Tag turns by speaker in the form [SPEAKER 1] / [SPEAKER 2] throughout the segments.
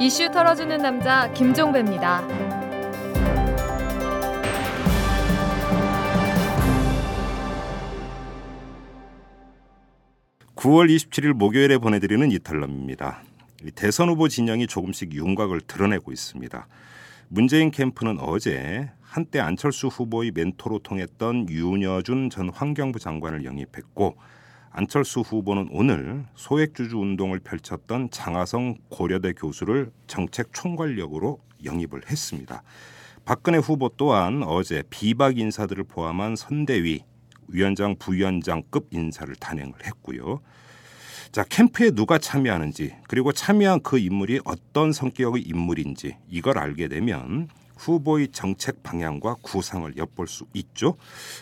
[SPEAKER 1] 이슈 털어주는 남자 김종배입니다.
[SPEAKER 2] 9월 27일 목요일에 보내드리는 이탈남입니다. 이 대선 후보 진영이 조금씩 윤곽을 드러내고 있습니다. 문재인 캠프는 어제 한때 안철수 후보의 멘토로 통했던 윤여준 전 환경부 장관을 영입했고 안철수 후보는 오늘 소액주주 운동을 펼쳤던 장하성 고려대 교수를 정책 총괄력으로 영입을 했습니다. 박근혜 후보 또한 어제 비박 인사들을 포함한 선대위 위원장 부위원장급 인사를 단행을 했고요. 자 캠프에 누가 참여하는지 그리고 참여한 그 인물이 어떤 성격의 인물인지 이걸 알게 되면 후보의 정책 방향과 구상을 엿볼 수 있죠.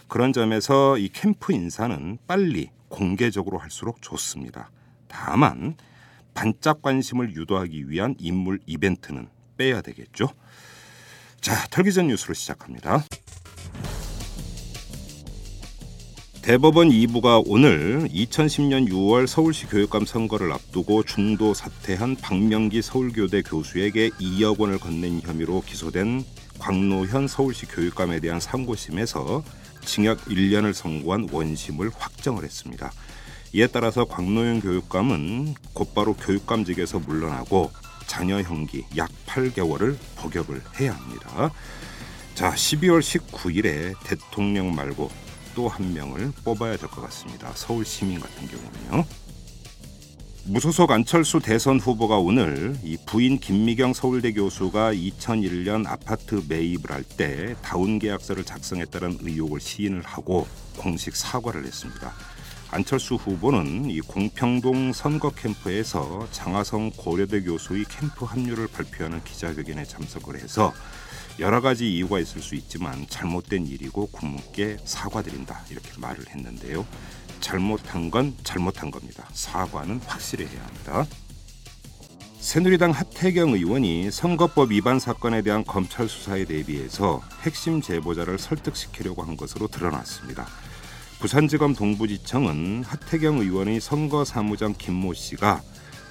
[SPEAKER 2] 그런 점에서 이 캠프 인사는 빨리 공개적으로 할수록 좋습니다. 다만 반짝 관심을 유도하기 위한 인물 이벤트는 빼야 되겠죠. 자, 털기 전 뉴스로 시작합니다. 대법원 2부가 오늘 2010년 6월 서울시 교육감 선거를 앞두고 중도 사퇴한 박명기 서울교대 교수에게 2억 원을 건넨 혐의로 기소된 광노현 서울시 교육감에 대한 상고심에서 징역 1년을 선고한 원심을 확정을 했습니다. 이에 따라서 광노현 교육감은 곧바로 교육감직에서 물러나고 자녀 형기 약 8개월을 복역을 해야 합니다. 자, 12월 19일에 대통령 말고 또 한 명을 뽑아야 될 것 같습니다. 서울 시민 같은 경우는요. 무소속 안철수 대선 후보가 오늘 이 부인 김미경 서울대 교수가 2001년 아파트 매입을 할 때 다운 계약서를 작성했다는 의혹을 시인을 하고 공식 사과를 했습니다. 안철수 후보는 이 공평동 선거 캠프에서 장하성 고려대 교수의 캠프 합류를 발표하는 기자회견에 참석을 해서 여러 가지 이유가 있을 수 있지만 잘못된 일이고 국무께 사과드린다 이렇게 말을 했는데요. 잘못한 건 잘못한 겁니다. 사과는 확실히 해야 합니다. 새누리당 하태경 의원이 선거법 위반 사건에 대한 검찰 수사에 대비해서 핵심 제보자를 설득시키려고 한 것으로 드러났습니다. 부산지검 동부지청은 하태경 의원의 선거사무장 김모 씨가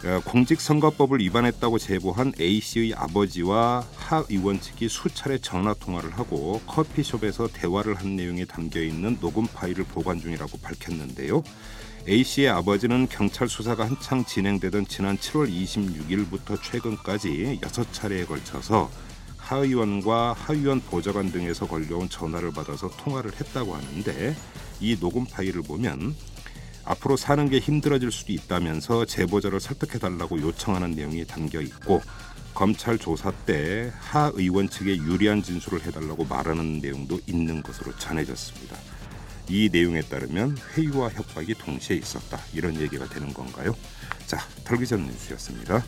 [SPEAKER 2] 어, 공직선거법을 위반했다고 제보한 A 씨의 아버지와 하 의원 측이 수차례 전화 통화를 하고 커피숍에서 대화를 한 내용이 담겨 있는 녹음 파일을 보관 중이라고 밝혔는데요. A 씨의 아버지는 경찰 수사가 한창 진행되던 지난 7월 26일부터 최근까지 6차례에 걸쳐서 하 의원과 하 의원 보좌관 등에서 걸려온 전화를 받아서 통화를 했다고 하는데 이 녹음 파일을 보면 앞으로 사는 게 힘들어질 수도 있다면서 제보자를 설득해 달라고 요청하는 내용이 담겨 있고 검찰 조사 때 하 의원 측에 유리한 진술을 해달라고 말하는 내용도 있는 것으로 전해졌습니다. 이 내용에 따르면 회유와 협박이 동시에 있었다 이런 얘기가 되는 건가요? 자, 털기 전 뉴스였습니다.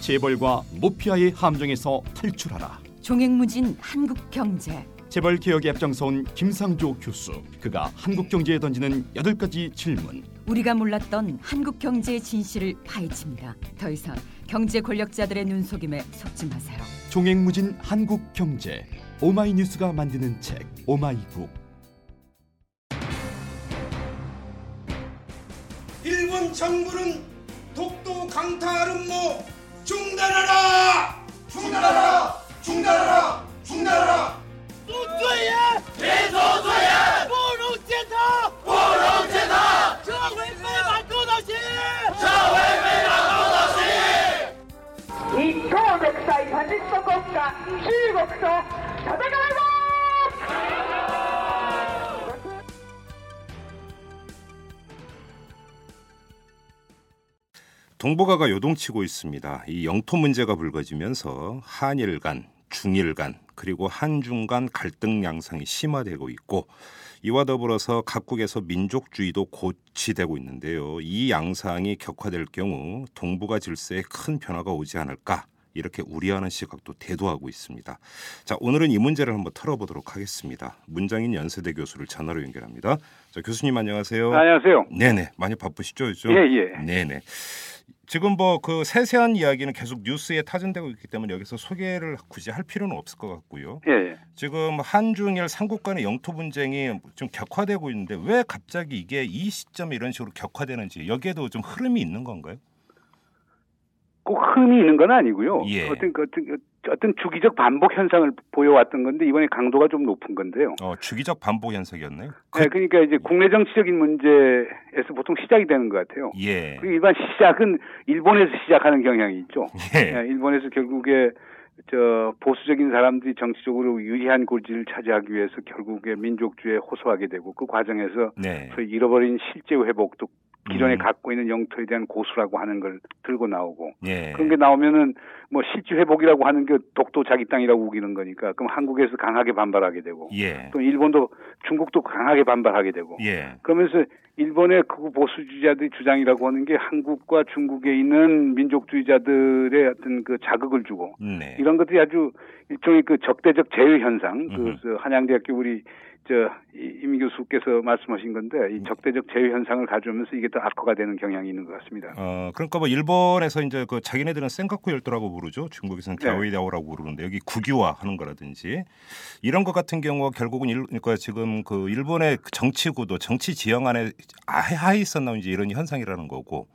[SPEAKER 3] 재벌과 모피아의 함정에서 탈출하라.
[SPEAKER 4] 종횡무진 한국 경제.
[SPEAKER 3] 재벌 개혁에 앞장서온 김상조 교수. 그가 한국 경제에 던지는 여덟 가지 질문.
[SPEAKER 4] 우리가 몰랐던 한국 경제의 진실을 파헤칩니다. 더 이상 경제 권력자들의 눈속임에 속지 마세요.
[SPEAKER 3] 종횡무진 한국 경제. 오마이뉴스가 만드는 책 오마이북.
[SPEAKER 5] 일본 정부는 독도 강타하름모 중단하라! 중단하라! 중단하라! 중단하라!
[SPEAKER 6] 住罪人，
[SPEAKER 5] 别得罪人，
[SPEAKER 6] 不容践踏，
[SPEAKER 5] 不容践踏，
[SPEAKER 6] 撤回非法勾当协议。
[SPEAKER 5] 撤回非法勾当协议。
[SPEAKER 7] 一党独裁ファシスト国家中国と戦います
[SPEAKER 2] 동북아가 요동치고 있습니다. 이 영토 문제가 불거지면서 한일 간, 중일 간, 그리고 한중 간 갈등 양상이 심화되고 있고 이와 더불어서 각국에서 민족주의도 고치되고 있는데요. 이 양상이 격화될 경우 동북아 질서에 큰 변화가 오지 않을까 이렇게 우려하는 시각도 대두하고 있습니다. 자, 오늘은 이 문제를 한번 털어보도록 하겠습니다. 문장인 연세대 교수를 전화로 연결합니다. 자, 교수님 안녕하세요.
[SPEAKER 3] 어.
[SPEAKER 8] 안녕하세요.
[SPEAKER 2] 네네 많이 바쁘시죠 요즘?
[SPEAKER 8] 아, 예, 예.
[SPEAKER 2] 네네 지금 뭐 그 세세한 이야기는 계속 뉴스에 타진되고 있기 때문에 여기서 소개를 굳이 할 필요는 없을 것 같고요.
[SPEAKER 8] 예, 예.
[SPEAKER 2] 지금 한중일 삼국 간의 영토 분쟁이 좀 격화되고 있는데 왜 갑자기 이게 이 시점에 이런 식으로 격화되는지 여기에도 좀 흐름이 있는 건가요?
[SPEAKER 8] 꼭 흠이 있는 건 아니고요.
[SPEAKER 2] 예.
[SPEAKER 8] 어떤 그 어떤 어떤 주기적 반복 현상을 보여왔던 건데 이번에 강도가 좀 높은 건데요.
[SPEAKER 2] 어, 주기적 반복 현상이었나요?
[SPEAKER 8] 네, 그러니까 이제 국내 정치적인 문제에서 보통 시작이 되는 것 같아요.
[SPEAKER 2] 예.
[SPEAKER 8] 그 일반 시작은 일본에서 시작하는 경향이 있죠.
[SPEAKER 2] 예.
[SPEAKER 8] 예, 일본에서 결국에 저 보수적인 사람들이 정치적으로 유리한 골지를 차지하기 위해서 결국에 민족주의에 호소하게 되고 그 과정에서
[SPEAKER 2] 네.
[SPEAKER 8] 소위 잃어버린 실제 회복도 기존에
[SPEAKER 2] 음.
[SPEAKER 8] 갖고 있는 영토에 대한 고수라고 하는 걸 들고 나오고
[SPEAKER 2] 예.
[SPEAKER 8] 그런 게 나오면은 뭐 실제 회복이라고 하는 게 독도 자기 땅이라고 우기는 거니까 그럼 한국에서 강하게 반발하게 되고
[SPEAKER 2] 예.
[SPEAKER 8] 또 일본도 중국도 강하게 반발하게 되고
[SPEAKER 2] 예.
[SPEAKER 8] 그러면서 일본의 그 보수주의자들의 주장이라고 하는 게 한국과 중국에 있는 민족주의자들의 어떤 그 자극을 주고
[SPEAKER 2] 네.
[SPEAKER 8] 이런 것들이 아주 일종의 그 적대적 제휴 현상
[SPEAKER 2] 음흠.
[SPEAKER 8] 그, 저 한양대학교 우리 저임 교수께서 말씀하신 건데 이
[SPEAKER 2] 음.
[SPEAKER 8] 적대적 제휴 현상을 가져오면서 이게 더 악화가 되는 경향이 있는 것 같습니다.
[SPEAKER 2] 어, 그러니까 뭐 일본에서 이제 그 자기네들은 센카쿠 열도라고 부르죠. 중국에서는
[SPEAKER 8] 네.
[SPEAKER 2] 갸오이다오라고 부르는데 여기 국유화 하는 거라든지 이런 것 같은 경우가 결국은 일, 그러니까 지금 그 일본의 그 정치 구도, 정치 지형 안에 아예 하에 있었나 이제 이런 현상이라는 거고.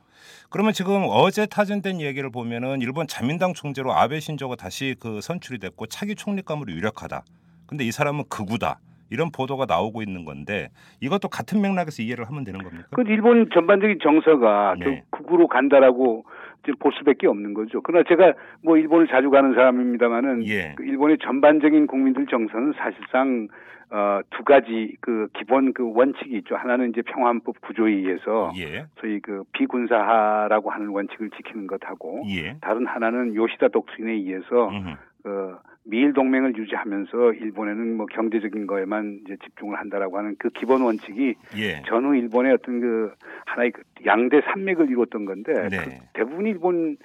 [SPEAKER 2] 그러면 지금 어제 타진된 얘기를 보면은 일본 자민당 총재로 아베 신조가 다시 그 선출이 됐고 차기 총리감으로 유력하다. 근데 이 사람은 극우다. 이런 보도가 나오고 있는 건데 이것도 같은 맥락에서 이해를 하면 되는 겁니까?
[SPEAKER 8] 그 일본 전반적인 정서가
[SPEAKER 2] 네.
[SPEAKER 8] 결국 극으로 간다라고 이제 볼 수밖에 없는 거죠. 그러나 제가 뭐 일본을 자주 가는 사람입니다만은
[SPEAKER 2] 예.
[SPEAKER 8] 그 일본의 전반적인 국민들 정서는 사실상 어, 두 가지 그 기본 그 원칙이 있죠. 하나는 이제 평화헌법 구조에 의해서
[SPEAKER 2] 예.
[SPEAKER 8] 소위 그 비군사화라고 하는 원칙을 지키는 것하고
[SPEAKER 2] 예.
[SPEAKER 8] 다른 하나는 요시다 독트린에 의해서
[SPEAKER 2] 음.
[SPEAKER 8] 어, 미일 동맹을 유지하면서 일본에는 뭐 경제적인 거에만 이제 집중을 한다라고 하는 그 기본 원칙이
[SPEAKER 2] 예.
[SPEAKER 8] 전후 일본의 어떤 그 하나의 그 양대 산맥을 이뤘던 건데
[SPEAKER 2] 네.
[SPEAKER 8] 그 대부분 일본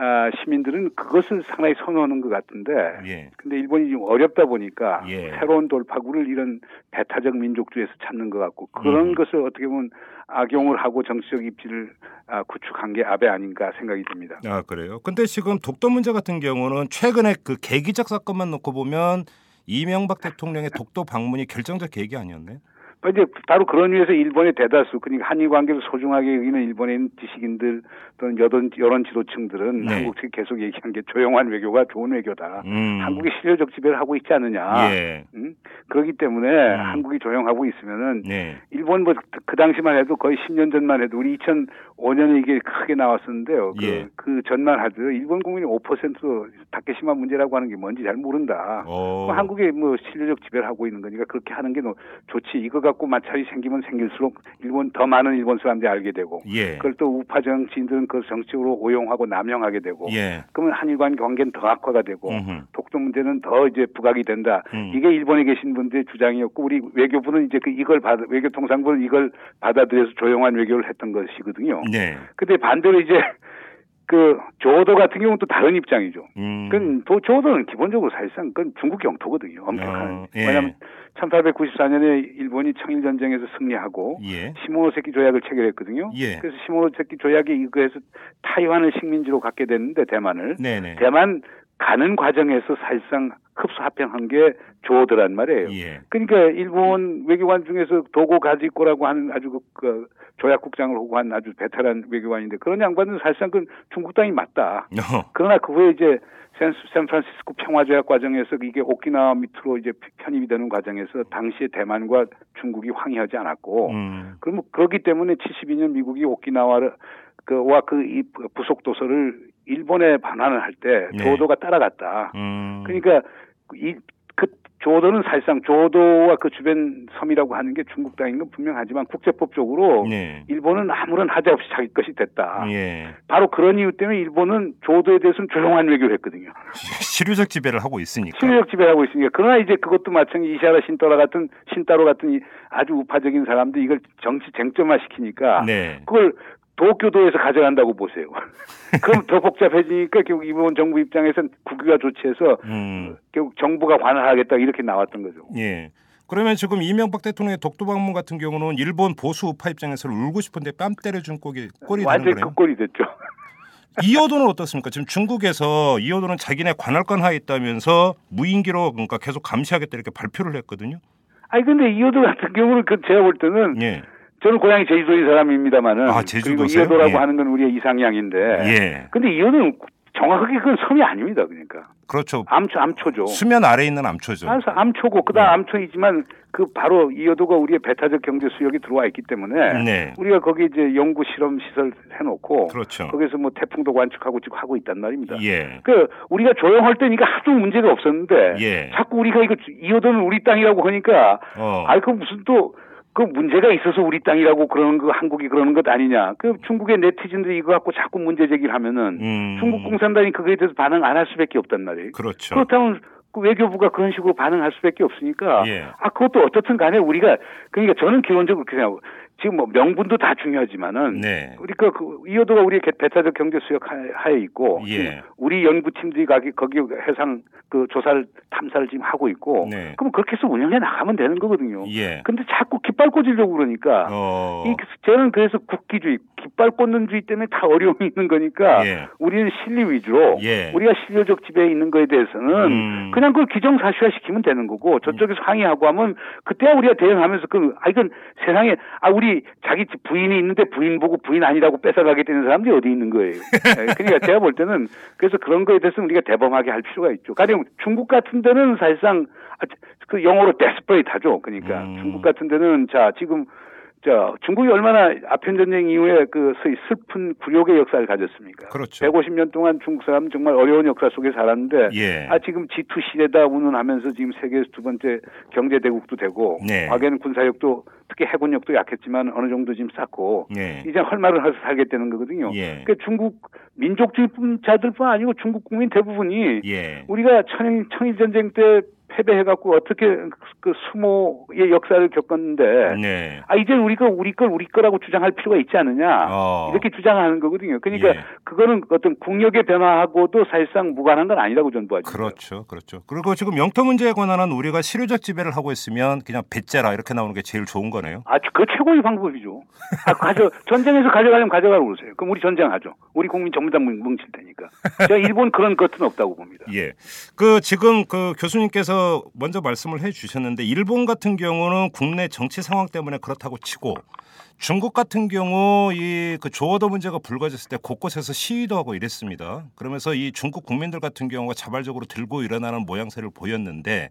[SPEAKER 8] 아, 시민들은 그것을 상당히 선호하는 것 같은데
[SPEAKER 2] 예.
[SPEAKER 8] 근데 일본이 좀 어렵다 보니까
[SPEAKER 2] 예.
[SPEAKER 8] 새로운 돌파구를 이런 배타적 민족주의에서 찾는 것 같고 그런
[SPEAKER 2] 음.
[SPEAKER 8] 것을 어떻게 보면 악용을 하고 정치적 입지를 아, 구축한 게 아베 아닌가 생각이 듭니다.
[SPEAKER 2] 아 그래요. 근데 지금 독도 문제 같은 경우는 최근에 그 계기적 사건만 놓고 보면 이명박 대통령의 독도 방문이 결정적 계기 아니었나요?
[SPEAKER 8] 그러니까 이제 바로 그런 위에서 일본의 대다수 그러니까 한일 관계를 소중하게 여기는 일본인 지식인들 또는 여론, 여론 지도층들은
[SPEAKER 2] 네.
[SPEAKER 8] 한국 측이 계속 얘기한 게 조용한 외교가 좋은 외교다.
[SPEAKER 2] 음.
[SPEAKER 8] 한국이 실효적 지배를 하고 있지 않느냐.
[SPEAKER 2] 예. 음.
[SPEAKER 8] 음? 그렇기 때문에 한국이 조용하고 있으면은
[SPEAKER 2] 네.
[SPEAKER 8] 일본 뭐 그 당시만 해도 거의 10년 전만 해도 우리 2005년에 이게 크게 나왔었는데요. 그,
[SPEAKER 2] 예.
[SPEAKER 8] 그 전만 하도 일본 국민이 5%도 다케시마 문제라고 하는 게 뭔지 잘 모른다.
[SPEAKER 2] 어.
[SPEAKER 8] 뭐 한국에 뭐 실효적 지배를 하고 있는 거니까 그렇게 하는 게 너- 좋지. 이거 갖고 마찰이 생기면 생길수록 일본 더 많은 일본 사람들이 알게 되고
[SPEAKER 2] 예.
[SPEAKER 8] 그걸 또 우파 정치인들은 그 정치적으로 오용하고 남용하게 되고
[SPEAKER 2] 예.
[SPEAKER 8] 그러면 한일 간 관계는 더 악화가 되고
[SPEAKER 2] 음흠.
[SPEAKER 8] 독도 문제는 더 이제 부각이 된다.
[SPEAKER 2] 음.
[SPEAKER 8] 이게 일본에 계신 분들의 주장이었고 우리 외교부는 이제 그 이걸 받아 외교통상부는 이걸 받아들여서 조용한 외교를 했던 것이거든요.
[SPEAKER 2] 네.
[SPEAKER 8] 근데 반대로 이제 그 조도 같은 경우는 또 다른 입장이죠.
[SPEAKER 2] 음.
[SPEAKER 8] 그건 도- 조도는 기본적으로 사실상 그건 중국 영토거든요. 엄격한.
[SPEAKER 2] 어, 예.
[SPEAKER 8] 왜냐하면 1894년에 일본이 청일 전쟁에서 승리하고
[SPEAKER 2] 예.
[SPEAKER 8] 시모노세키 조약을 체결했거든요.
[SPEAKER 2] 예.
[SPEAKER 8] 그래서 시모노세키 조약에 의해서 타이완을 식민지로 갖게 됐는데 대만을
[SPEAKER 2] 네네.
[SPEAKER 8] 대만 가는 과정에서 사실상 흡수 합병한 게 조어드란 말이에요.
[SPEAKER 2] 예.
[SPEAKER 8] 그러니까 일본 외교관 중에서 도고 가지코라고 하는 아주 그, 그 조약국장을 오고 한 아주 베테랑 외교관인데 그런 양반은 사실상 그 중국 땅이 맞다.
[SPEAKER 2] 어.
[SPEAKER 8] 그러나 그 후에 이제 샌- 샌프란시스코 평화조약 과정에서 이게 오키나와 밑으로 이제 편입이 되는 과정에서 당시에 대만과 중국이 항의하지 않았고
[SPEAKER 2] 음.
[SPEAKER 8] 그럼 그렇기 때문에 72년 미국이 오키나와를 그와 그 이 부속 도서를 일본에 반환을 할 때
[SPEAKER 2] 네.
[SPEAKER 8] 조도가 따라갔다.
[SPEAKER 2] 음.
[SPEAKER 8] 그러니까 이 그 조도는 사실상 조도와 그 주변 섬이라고 하는 게 중국 땅인 건 분명하지만 국제법적으로
[SPEAKER 2] 네.
[SPEAKER 8] 일본은 아무런 하자 없이 자기 것이 됐다.
[SPEAKER 2] 예.
[SPEAKER 8] 바로 그런 이유 때문에 일본은 조도에 대해서는 조용한 외교를 했거든요.
[SPEAKER 2] 그러니까. 실효적 지배를 하고 있으니까.
[SPEAKER 8] 실력 지배하고 있으니까 그러나 이제 그것도 마찬가지 이샤라 신따라 같은 신따로 같은 이 아주 우파적인 사람도 이걸 정치 쟁점화 시키니까
[SPEAKER 2] 네.
[SPEAKER 8] 그걸 도쿄도에서 가져간다고 보세요. 그럼 더 복잡해지니까 결국 일본 정부 입장에선 국유화 조치해서
[SPEAKER 2] 음.
[SPEAKER 8] 결국 정부가 관할하겠다 이렇게 나왔던 거죠.
[SPEAKER 2] 예. 그러면 지금 이명박 대통령의 독도 방문 같은 경우는 일본 보수 우파 입장에서는 울고 싶은데 뺨 때려준 꼴이 꼴이 되는
[SPEAKER 8] 완전히
[SPEAKER 2] 거네요.
[SPEAKER 8] 그 꼴이 됐죠.
[SPEAKER 2] 이호도는 어떻습니까? 지금 중국에서 이호도는 자기네 관할권 하에 있다면서 무인기로 그러니까 계속 감시하겠다 이렇게 발표를 했거든요.
[SPEAKER 8] 아니 근데 이호도 같은 경우는 그 제가 볼 때는
[SPEAKER 2] 예,
[SPEAKER 8] 저는 고향이 제주도인 사람입니다만은
[SPEAKER 2] 아,
[SPEAKER 8] 그리고
[SPEAKER 2] 제주도세요?
[SPEAKER 8] 이어도라고
[SPEAKER 2] 예.
[SPEAKER 8] 하는 건 우리의 이상향인데
[SPEAKER 2] 예.
[SPEAKER 8] 근데 이어는 정확하게 그건 섬이 아닙니다. 그러니까
[SPEAKER 2] 그렇죠.
[SPEAKER 8] 암초 암초죠.
[SPEAKER 2] 수면 아래 있는 암초죠.
[SPEAKER 8] 그래서 암초고
[SPEAKER 2] 네.
[SPEAKER 8] 그다음 암초이지만 그 바로 이어도가 우리의 배타적 경제 수역이 들어와 있기 때문에
[SPEAKER 2] 네.
[SPEAKER 8] 우리가 거기 이제 연구 실험 시설 해놓고
[SPEAKER 2] 그렇죠.
[SPEAKER 8] 거기서 뭐 태풍도 관측하고 지금 하고 있단 말입니다.
[SPEAKER 2] 예.
[SPEAKER 8] 그 우리가 조용할 때니까 하도 문제가 없었는데
[SPEAKER 2] 예.
[SPEAKER 8] 자꾸 우리가 이거 이어도는 우리 땅이라고 하니까
[SPEAKER 2] 어.
[SPEAKER 8] 아이 그 무슨 또 그 문제가 있어서 우리 땅이라고 그러는 거 한국이 그러는 것 아니냐. 그 중국의 네티즌들이 이거 갖고 자꾸 문제 제기를 하면은
[SPEAKER 2] 음.
[SPEAKER 8] 중국 공산당이 그거에 대해서 반응 안 할 수밖에 없단 말이에요.
[SPEAKER 2] 그렇죠.
[SPEAKER 8] 그렇다면 그 외교부가 그런 식으로 반응할 수밖에 없으니까
[SPEAKER 2] 예.
[SPEAKER 8] 아 그것도 어떻든 간에 우리가 그러니까 저는 기본적으로 그렇게 생각하고 지금 뭐 명분도 다 중요하지만은
[SPEAKER 2] 네.
[SPEAKER 8] 우리가 그 이어도가 우리의 개- 배타적 경제 수역 하- 하에 있고
[SPEAKER 2] 예.
[SPEAKER 8] 우리 연구팀들이 가기 거기 해상 그 조사를 탐사를 지금 하고 있고
[SPEAKER 2] 네.
[SPEAKER 8] 그럼 그렇게 해서 운영해 나가면 되는 거거든요.
[SPEAKER 2] 예.
[SPEAKER 8] 근데 자꾸 깃발 꽂으려고 그렇죠. 그러니까
[SPEAKER 2] 어.
[SPEAKER 8] 이, 저는 그래서 국기주의, 깃발 꽂는 주의 때문에 다 어려움이 있는 거니까
[SPEAKER 2] 예.
[SPEAKER 8] 우리는 실리 위주로
[SPEAKER 2] 예.
[SPEAKER 8] 우리가 실효적 지배에 있는 거에 대해서는
[SPEAKER 2] 음.
[SPEAKER 8] 그냥 그걸 기정사실화 시키면 되는 거고 저쪽에서 항의하고 하면 그때야 우리가 대응하면서 그, 아, 이건 세상에, 아, 우리 자기 집 부인이 있는데 부인 보고 부인 아니라고 뺏어가게 되는 사람들이 어디 있는 거예요. 예, 그러니까 제가 볼 때는 그래서 그런 거에 대해서는 우리가 대범하게 할 필요가 있죠. 가령 중국 같은 데는 사실상 아, 그 영어로 desperate 하죠. 그러니까
[SPEAKER 2] 음.
[SPEAKER 8] 중국 같은 데는 자, 지금 자, 중국이 얼마나 아편 전쟁 이후에 그 소위 슬픈 굴욕의 역사를 가졌습니까?
[SPEAKER 2] 그렇죠.
[SPEAKER 8] 150년 동안 중국 사람 정말 어려운 역사 속에 살았는데
[SPEAKER 2] 예.
[SPEAKER 8] 아 지금 G2 시대다 운운하면서 지금 세계에서 두 번째 경제 대국도 되고
[SPEAKER 2] 네.
[SPEAKER 8] 과거에는 군사력도 특히 해군력도 약했지만 어느 정도 지금 쌓고
[SPEAKER 2] 예.
[SPEAKER 8] 이제 그 헐 말을 해서 살게 되는 거거든요.
[SPEAKER 2] 예.
[SPEAKER 8] 그러니까 중국 민족주의 자들뿐 아니고 중국 국민 대부분이
[SPEAKER 2] 예.
[SPEAKER 8] 우리가 청일, 청일 전쟁 때 패배해갖고 어떻게 그 수모의 역사를 겪었는데
[SPEAKER 2] 네.
[SPEAKER 8] 아 이제 우리가 우리 걸 우리 거라고 주장할 필요가 있지 않느냐
[SPEAKER 2] 어.
[SPEAKER 8] 아, 이렇게 주장하는 거거든요. 그러니까
[SPEAKER 2] 예.
[SPEAKER 8] 그거는 어떤 국력의 변화하고도 사실상 무관한 건 아니라고 저는 보아집니다.
[SPEAKER 2] 그렇죠, 그렇죠. 그리고 지금 영토 문제에 관한 우리가 실효적 지배를 하고 있으면 그냥 배째라 이렇게 나오는 게 제일 좋은 거네요.
[SPEAKER 8] 아, 그 최고의 방법이죠. 아, 가져, 전쟁에서 가져가려면 가져가라고 그러세요. 그럼 우리 전쟁하죠. 우리 국민 전부 다 뭉- 뭉칠 테니까. 제가 일본 그런 것은 없다고 봅니다.
[SPEAKER 2] 예. 그 지금 그 교수님께서 먼저 말씀을 해 주셨는데 일본 같은 경우는 국내 정치 상황 때문에 그렇다고 치고 중국 같은 경우 이 그 조어도 문제가 불거졌을 때 곳곳에서 시위도 하고 이랬습니다. 그러면서 이 중국 국민들 같은 경우가 자발적으로 들고 일어나는 모양새를 보였는데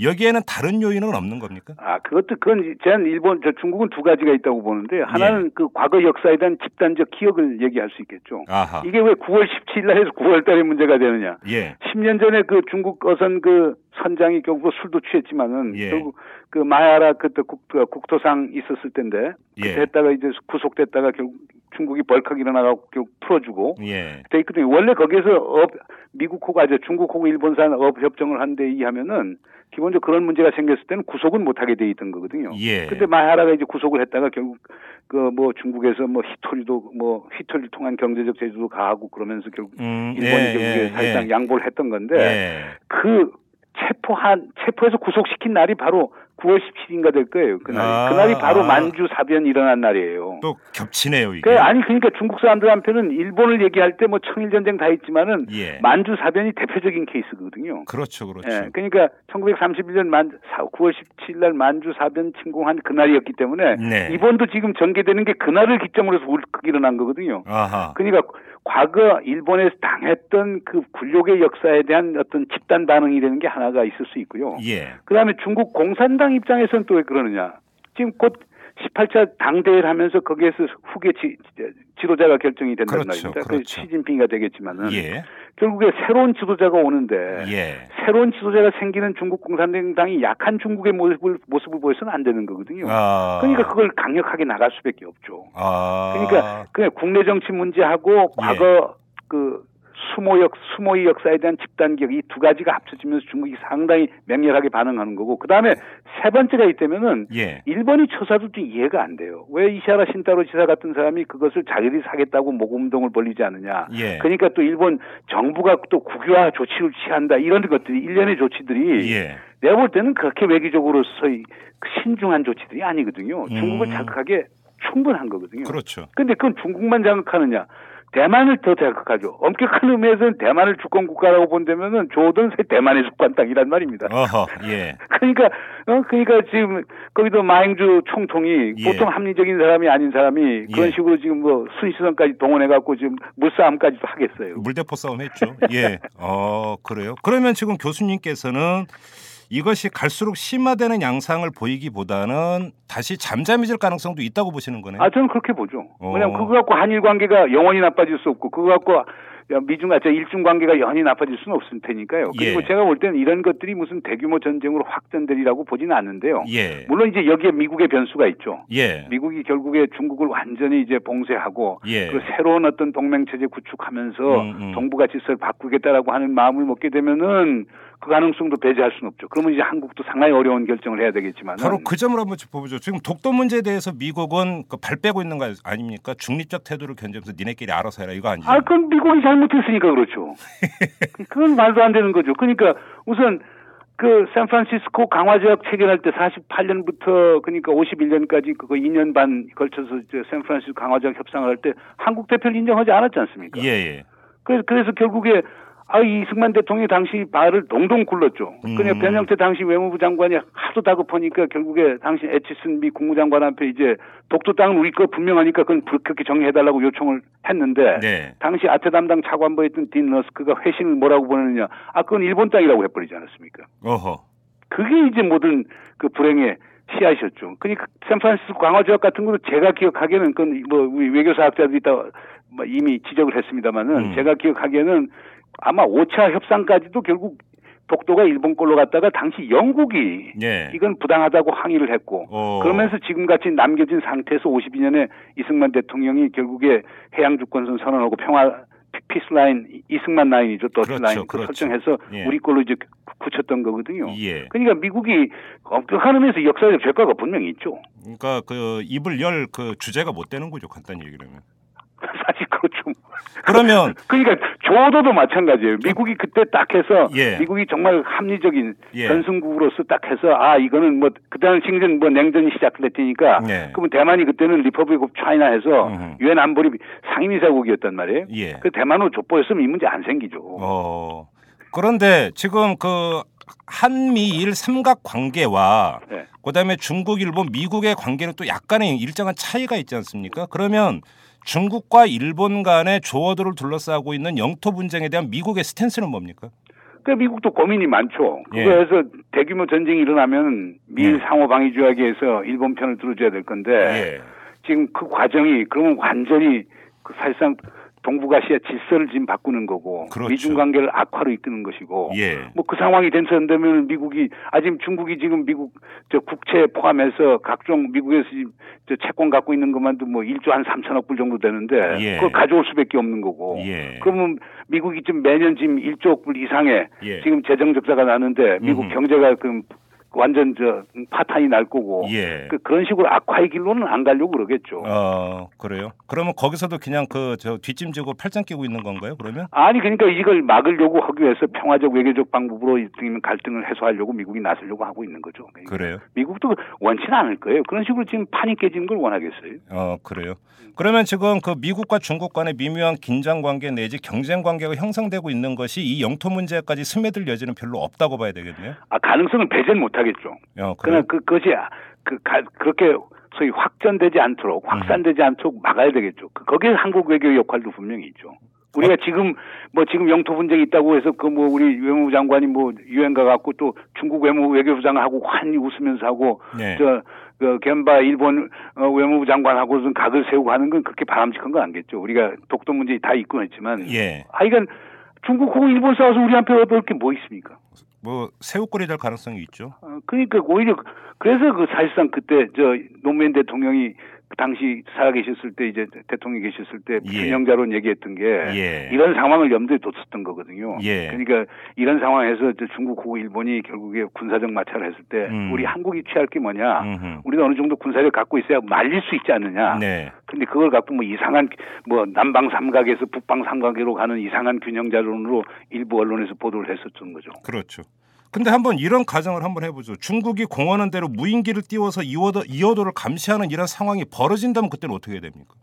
[SPEAKER 2] 여기에는 다른 요인은 없는 겁니까?
[SPEAKER 8] 아, 그것도 그건 제한 일본, 저 중국은 두 가지가 있다고 보는데
[SPEAKER 2] 예.
[SPEAKER 8] 하나는 그 과거 역사에 대한 집단적 기억을 얘기할 수 있겠죠.
[SPEAKER 2] 아하.
[SPEAKER 8] 이게 왜 9월 17일 날에서 9월 달에 문제가 되느냐.
[SPEAKER 2] 예.
[SPEAKER 8] 10년 전에 그 중국 어선 그 선장이 결국 술도 취했지만은
[SPEAKER 2] 예.
[SPEAKER 8] 결국 그 마야라 그때 국, 그 국토상 있었을 텐데 그때
[SPEAKER 2] 예.
[SPEAKER 8] 했다가 이제 구속됐다가 결국 중국이 벌컥 일어나가고 결국 풀어주고
[SPEAKER 2] 예.
[SPEAKER 8] 돼 있거든요. 원래 거기에서 업 미국하고 아주 중국하고 일본산 업 협정을 한데 이하면은 기본적으로 그런 문제가 생겼을 때는 구속은 못하게 돼 있던 거거든요.
[SPEAKER 2] 예.
[SPEAKER 8] 근데 마하라가 이제 구속을 했다가 결국 그 뭐 중국에서 뭐 히토리도 뭐 히토리를 통한 경제적 제재도 가하고 그러면서 결국
[SPEAKER 2] 음,
[SPEAKER 8] 일본이
[SPEAKER 2] 예,
[SPEAKER 8] 이제 우리의
[SPEAKER 2] 예,
[SPEAKER 8] 사실상
[SPEAKER 2] 예.
[SPEAKER 8] 양보를 했던 건데
[SPEAKER 2] 예.
[SPEAKER 8] 그 체포한 체포해서 구속시킨 날이 바로 9월 17일인가 될 거예요. 그날이
[SPEAKER 2] 아,
[SPEAKER 8] 그날이 바로
[SPEAKER 2] 아.
[SPEAKER 8] 만주 사변 일어난 날이에요.
[SPEAKER 2] 또 겹치네요, 이게.
[SPEAKER 8] 그 아니 그러니까 중국 사람들 한편은 일본을 얘기할 때 뭐 청일 전쟁 다 있지만은
[SPEAKER 2] 예.
[SPEAKER 8] 만주 사변이 대표적인 케이스거든요.
[SPEAKER 2] 그렇죠, 그렇죠.
[SPEAKER 8] 예, 그러니까 1931년 만 9월 17일 날 만주 사변 침공한 그날이었기 때문에
[SPEAKER 2] 네.
[SPEAKER 8] 이번도 지금 전개되는 게 그날을 기점으로 해서 울컥 일어난 거거든요.
[SPEAKER 2] 아하.
[SPEAKER 8] 그러니까 과거 일본에서 당했던 그 굴욕의 역사에 대한 어떤 집단 반응이라는 게 하나가 있을 수 있고요.
[SPEAKER 2] 예.
[SPEAKER 8] 그다음에 중국 공산당 입장에서는 또 왜 그러느냐? 지금 곧 18차 당대회를 하면서 거기에서 후계 지, 도자가 결정이 된단
[SPEAKER 2] 그렇죠,
[SPEAKER 8] 말입니다. 그래서
[SPEAKER 2] 그렇죠.
[SPEAKER 8] 시진핑이가 되겠지만은
[SPEAKER 2] 예.
[SPEAKER 8] 결국에 새로운 지도자가 오는데
[SPEAKER 2] 예.
[SPEAKER 8] 새로운 지도자가 생기는 중국 공산당이 약한 중국의 모습을 모습을 보여서는 안 되는 거거든요.
[SPEAKER 2] 아.
[SPEAKER 8] 그러니까 그걸 강력하게 나갈 수밖에 없죠.
[SPEAKER 2] 아.
[SPEAKER 8] 그러니까 그냥 국내 정치
[SPEAKER 2] 예.
[SPEAKER 8] 문제하고 과거 그 수모 역 수모의 역사에 대한 집단 기억 이 두 가지가 합쳐지면서 중국이 상당히 맹렬하게 반응하는 거고 그다음에 세 번째가 있다면은
[SPEAKER 2] 예.
[SPEAKER 8] 일본이 처사도 좀 이해가 안 돼요. 왜 이시하라 신타로 지사 같은 사람이 그것을 자기들이 사겠다고 모금동을 벌리지 않느냐.
[SPEAKER 2] 예.
[SPEAKER 8] 그러니까 또 일본 정부가 또 국유화 조치를 취한다 이런 것들이 일련의 조치들이
[SPEAKER 2] 예.
[SPEAKER 8] 내가 볼 때는 그렇게 외교적으로 소위 신중한 조치들이 아니거든요. 중국을
[SPEAKER 2] 음.
[SPEAKER 8] 자극하게 충분한 거거든요.
[SPEAKER 2] 그렇죠.
[SPEAKER 8] 근데 그건 중국만 자극하느냐. 대만을 더 자극하죠. 엄격한 의미에서는 대만을 주권 국가라고 본다면은 조던 새 대만의 주권 땅이란 말입니다.
[SPEAKER 2] 어허, 예.
[SPEAKER 8] 그러니까 어 그러니까 지금 거기도 마행주 총통이
[SPEAKER 2] 예.
[SPEAKER 8] 보통 합리적인 사람이 아닌 사람이 그런
[SPEAKER 2] 예.
[SPEAKER 8] 식으로 지금 뭐 순시선까지 동원해 갖고 지금 무싸움까지도 하겠어요.
[SPEAKER 2] 물대포 싸움 했죠. 예. 어, 그래요. 그러면 지금 교수님께서는 이것이 갈수록 심화되는 양상을 보이기보다는 다시 잠잠해질 가능성도 있다고 보시는 거네요.
[SPEAKER 8] 아 저는 그렇게 보죠.
[SPEAKER 2] 어.
[SPEAKER 8] 왜냐면 그거 갖고 한일 관계가 영원히 나빠질 수 없고 그거 갖고 야, 미중 아 저 일중 관계가 영원히 나빠질 수는 없을 테니까요. 그리고
[SPEAKER 2] 예.
[SPEAKER 8] 제가 볼 때는 이런 것들이 무슨 대규모 전쟁으로 확전되리라고 보지는 않는데요.
[SPEAKER 2] 예.
[SPEAKER 8] 물론 이제 여기에 미국의 변수가 있죠.
[SPEAKER 2] 예.
[SPEAKER 8] 미국이 결국에 중국을 완전히 이제 봉쇄하고
[SPEAKER 2] 예.
[SPEAKER 8] 그 새로운 어떤 동맹 체제 구축하면서
[SPEAKER 2] 음, 음.
[SPEAKER 8] 정부가 질서를 바꾸겠다라고 하는 마음을 먹게 되면은 그 가능성도 배제할 수는 없죠. 그러면 이제 한국도 상당히 어려운 결정을 해야 되겠지만
[SPEAKER 2] 바로 그 점을 한번 짚어보죠. 지금 독도 문제에 대해서 미국은 그 발 빼고 있는 거 아- 아닙니까? 중립적 태도를 견제하면서 니네끼리 알아서 해라 이거 아니에요?
[SPEAKER 8] 아, 그건 미국이 잘못했으니까 그렇죠. 그건 말도 안 되는 거죠. 그러니까 우선 그 샌프란시스코 강화 조약 체결할 때 48년부터 그러니까 51년까지 그거 2년 반 걸쳐서 이제 샌프란시스코 강화 조약 협상을 할 때 한국 대표를 인정하지 않았지 않습니까?
[SPEAKER 2] 예, 예.
[SPEAKER 8] 그래서, 그래서 결국에 아, 이승만 대통령이 당시 발을 동동 굴렀죠.
[SPEAKER 2] 음.
[SPEAKER 8] 그냥 변형태 당시 외무부 장관이 하도 다급하니까 결국에 당시 에치슨 미 국무장관 앞에 이제 독도 땅은 우리 거 분명하니까 그건 그렇게 정리해달라고 요청을 했는데
[SPEAKER 2] 네.
[SPEAKER 8] 당시 아태 담당 차관보였던 딘 러스크가 회신을 뭐라고 보내느냐. 아, 그건 일본 땅이라고 해버리지 않았습니까?
[SPEAKER 2] 어허.
[SPEAKER 8] 그게 이제 모든 그 불행의 씨앗이었죠. 그러니까 샌프란시스코 강화조약 같은 것도 제가 기억하기에는 그건 뭐 우리 외교사학자들이 다 뭐 이미 지적을 했습니다마는
[SPEAKER 2] 음.
[SPEAKER 8] 제가 기억하기에는 아마 5차 협상까지도 결국 독도가 일본 걸로 갔다가 당시 영국이
[SPEAKER 2] 예.
[SPEAKER 8] 이건 부당하다고 항의를 했고
[SPEAKER 2] 어.
[SPEAKER 8] 그러면서 지금같이 남겨진 상태에서 52년에 이승만 대통령이 결국에 해양 주권선 선언하고 평화 피- 피스 라인 이승만 라인이죠 또
[SPEAKER 2] 그렇죠,
[SPEAKER 8] 라인 그
[SPEAKER 2] 그렇죠.
[SPEAKER 8] 설정해서
[SPEAKER 2] 예.
[SPEAKER 8] 우리 걸로 이제 굳혔던 거거든요.
[SPEAKER 2] 예.
[SPEAKER 8] 그러니까 미국이 엄격한 의미에서 역사적 죄과가 분명히 있죠.
[SPEAKER 2] 그러니까 그 입을 열 그 주제가 못 되는 거죠. 간단히 얘기를 하면.
[SPEAKER 8] 사실 그렇죠.
[SPEAKER 2] 그러면
[SPEAKER 8] 그러니까 조도도 마찬가지예요. 미국이 그때 딱 해서
[SPEAKER 2] 예.
[SPEAKER 8] 미국이 정말 합리적인
[SPEAKER 2] 예.
[SPEAKER 8] 전승국으로서 딱 해서 아 이거는 뭐 그 당시는 뭐 냉전이 시작됐으니까
[SPEAKER 2] 예.
[SPEAKER 8] 그러면 대만이 그때는 리퍼블릭 오브
[SPEAKER 2] 음흠.
[SPEAKER 8] 차이나에서 유엔 안보리 상임이사국이었단 말이에요.
[SPEAKER 2] 예.
[SPEAKER 8] 그 대만으로 족보였으면 이 문제 안 생기죠.
[SPEAKER 2] 어. 그런데 지금 그 한미일 삼각 관계와
[SPEAKER 8] 네.
[SPEAKER 2] 그다음에 중국, 일본, 미국의 관계는 또 약간의 일정한 차이가 있지 않습니까? 그러면 중국과 일본 간의 조어들을 둘러싸고 있는 영토 분쟁에 대한 미국의 스탠스는 뭡니까?
[SPEAKER 8] 그 미국도 고민이 많죠.
[SPEAKER 2] 예.
[SPEAKER 8] 그거에서 대규모 전쟁이 일어나면 미일
[SPEAKER 2] 네.
[SPEAKER 8] 상호 방위 조약에 의해서 일본 편을 들어줘야 될 건데
[SPEAKER 2] 예.
[SPEAKER 8] 지금 그 과정이 그러면 완전히 그 사실상 동북아시아 질서를 지금 바꾸는 거고
[SPEAKER 2] 그렇죠.
[SPEAKER 8] 미중 관계를 악화로 이끄는 것이고
[SPEAKER 2] 예.
[SPEAKER 8] 뭐 그 상황이 된다면 미국이 아 지금 중국이 지금 미국 저 국채 포함해서 각종 미국에서 지금 저 채권 갖고 있는 것만도 뭐 1조 한 3천억 불 정도 되는데
[SPEAKER 2] 예.
[SPEAKER 8] 그걸 가져올 수밖에 없는 거고
[SPEAKER 2] 예.
[SPEAKER 8] 그러면 미국이 지금 매년 지금 1조 불 이상의
[SPEAKER 2] 예.
[SPEAKER 8] 지금 재정 적자가 나는데 미국
[SPEAKER 2] 음흠.
[SPEAKER 8] 경제가 그 완전 저 파탄이 날 거고
[SPEAKER 2] 예.
[SPEAKER 8] 그, 그런 식으로 악화의 길로는 안 가려고 그러겠죠.
[SPEAKER 2] 어, 그래요. 그러면 거기서도 그냥 그 저 뒷짐지고 팔짱 끼고 있는 건가요? 그러면?
[SPEAKER 8] 아니 그러니까 이걸 막으려고 하기 위해서 평화적 외교적 방법으로 이 등이면 갈등을 해소하려고 미국이 나서려고 하고 있는 거죠. 그러니까
[SPEAKER 2] 그래요.
[SPEAKER 8] 미국도 원치는 않을 거예요. 그런 식으로 지금 판이 깨지는 걸 원하겠어요.
[SPEAKER 2] 어 그래요. 그러면 지금 그 미국과 중국 간의 미묘한 긴장 관계 내지 경쟁 관계가 형성되고 있는 것이 이 영토 문제까지 스며들 여지는 별로 없다고 봐야 되겠네요.
[SPEAKER 8] 아 가능성은 배제는 못하겠죠.
[SPEAKER 2] 어, 그래요.
[SPEAKER 8] 그러나 그, 그것이 아- 그 가- 그렇게 소위 확전되지
[SPEAKER 2] 음.
[SPEAKER 8] 않도록 확산되지 않도록 막아야 되겠죠. 그- 거기에 한국 외교의 역할도 분명히 있죠.
[SPEAKER 2] 어.
[SPEAKER 8] 우리가 지금 뭐 지금 영토 분쟁이 있다고 해서 그 뭐 우리 외무부 장관이 뭐 유엔 가 갖고 또 중국 외무 외교부장하고 환히 웃으면서 하고
[SPEAKER 2] 네.
[SPEAKER 8] 저 그, 겐바 일본 어, 외무부 장관하고 무슨 각을 세우고 하는 건 그렇게 바람직한 건 아니겠죠. 우리가 독도 문제 다 있고 했지만
[SPEAKER 2] 예.
[SPEAKER 8] 하여간 중국하고 일본 싸워서 우리한테 얻을 게 뭐 있습니까?
[SPEAKER 2] 뭐 새우꼬리 될 가능성이 있죠.
[SPEAKER 8] 어, 그러니까 오히려 그래서 그 사실상 그때 저 노무현 대통령이 그 당시 살아계셨을 때 이제 대통령이 계셨을 때
[SPEAKER 2] 예.
[SPEAKER 8] 균형자론 얘기했던 게
[SPEAKER 2] 예.
[SPEAKER 8] 이런 상황을 염두에 뒀었던 거거든요.
[SPEAKER 2] 예.
[SPEAKER 8] 그러니까 이런 상황에서 저 중국하고 일본이 결국에 군사적 마찰을 했을 때
[SPEAKER 2] 음.
[SPEAKER 8] 우리 한국이 취할 게 뭐냐?
[SPEAKER 2] 음흠.
[SPEAKER 8] 우리는 어느 정도 군사력 갖고 있어야 말릴 수 있지 않느냐?
[SPEAKER 2] 네.
[SPEAKER 8] 근데 그걸 갖고 뭐 이상한 뭐 남방 삼각에서 북방 삼각으로 가는 이상한 균형자론으로 일부 언론에서 보도를 했었던 거죠.
[SPEAKER 2] 그렇죠. 근데 한번 이런 가정을 한번 해보죠. 중국이 공하는 대로 무인기를 띄워서 이어도, 이어도를 감시하는 이런 상황이 벌어진다면 그때는 어떻게 됩니까?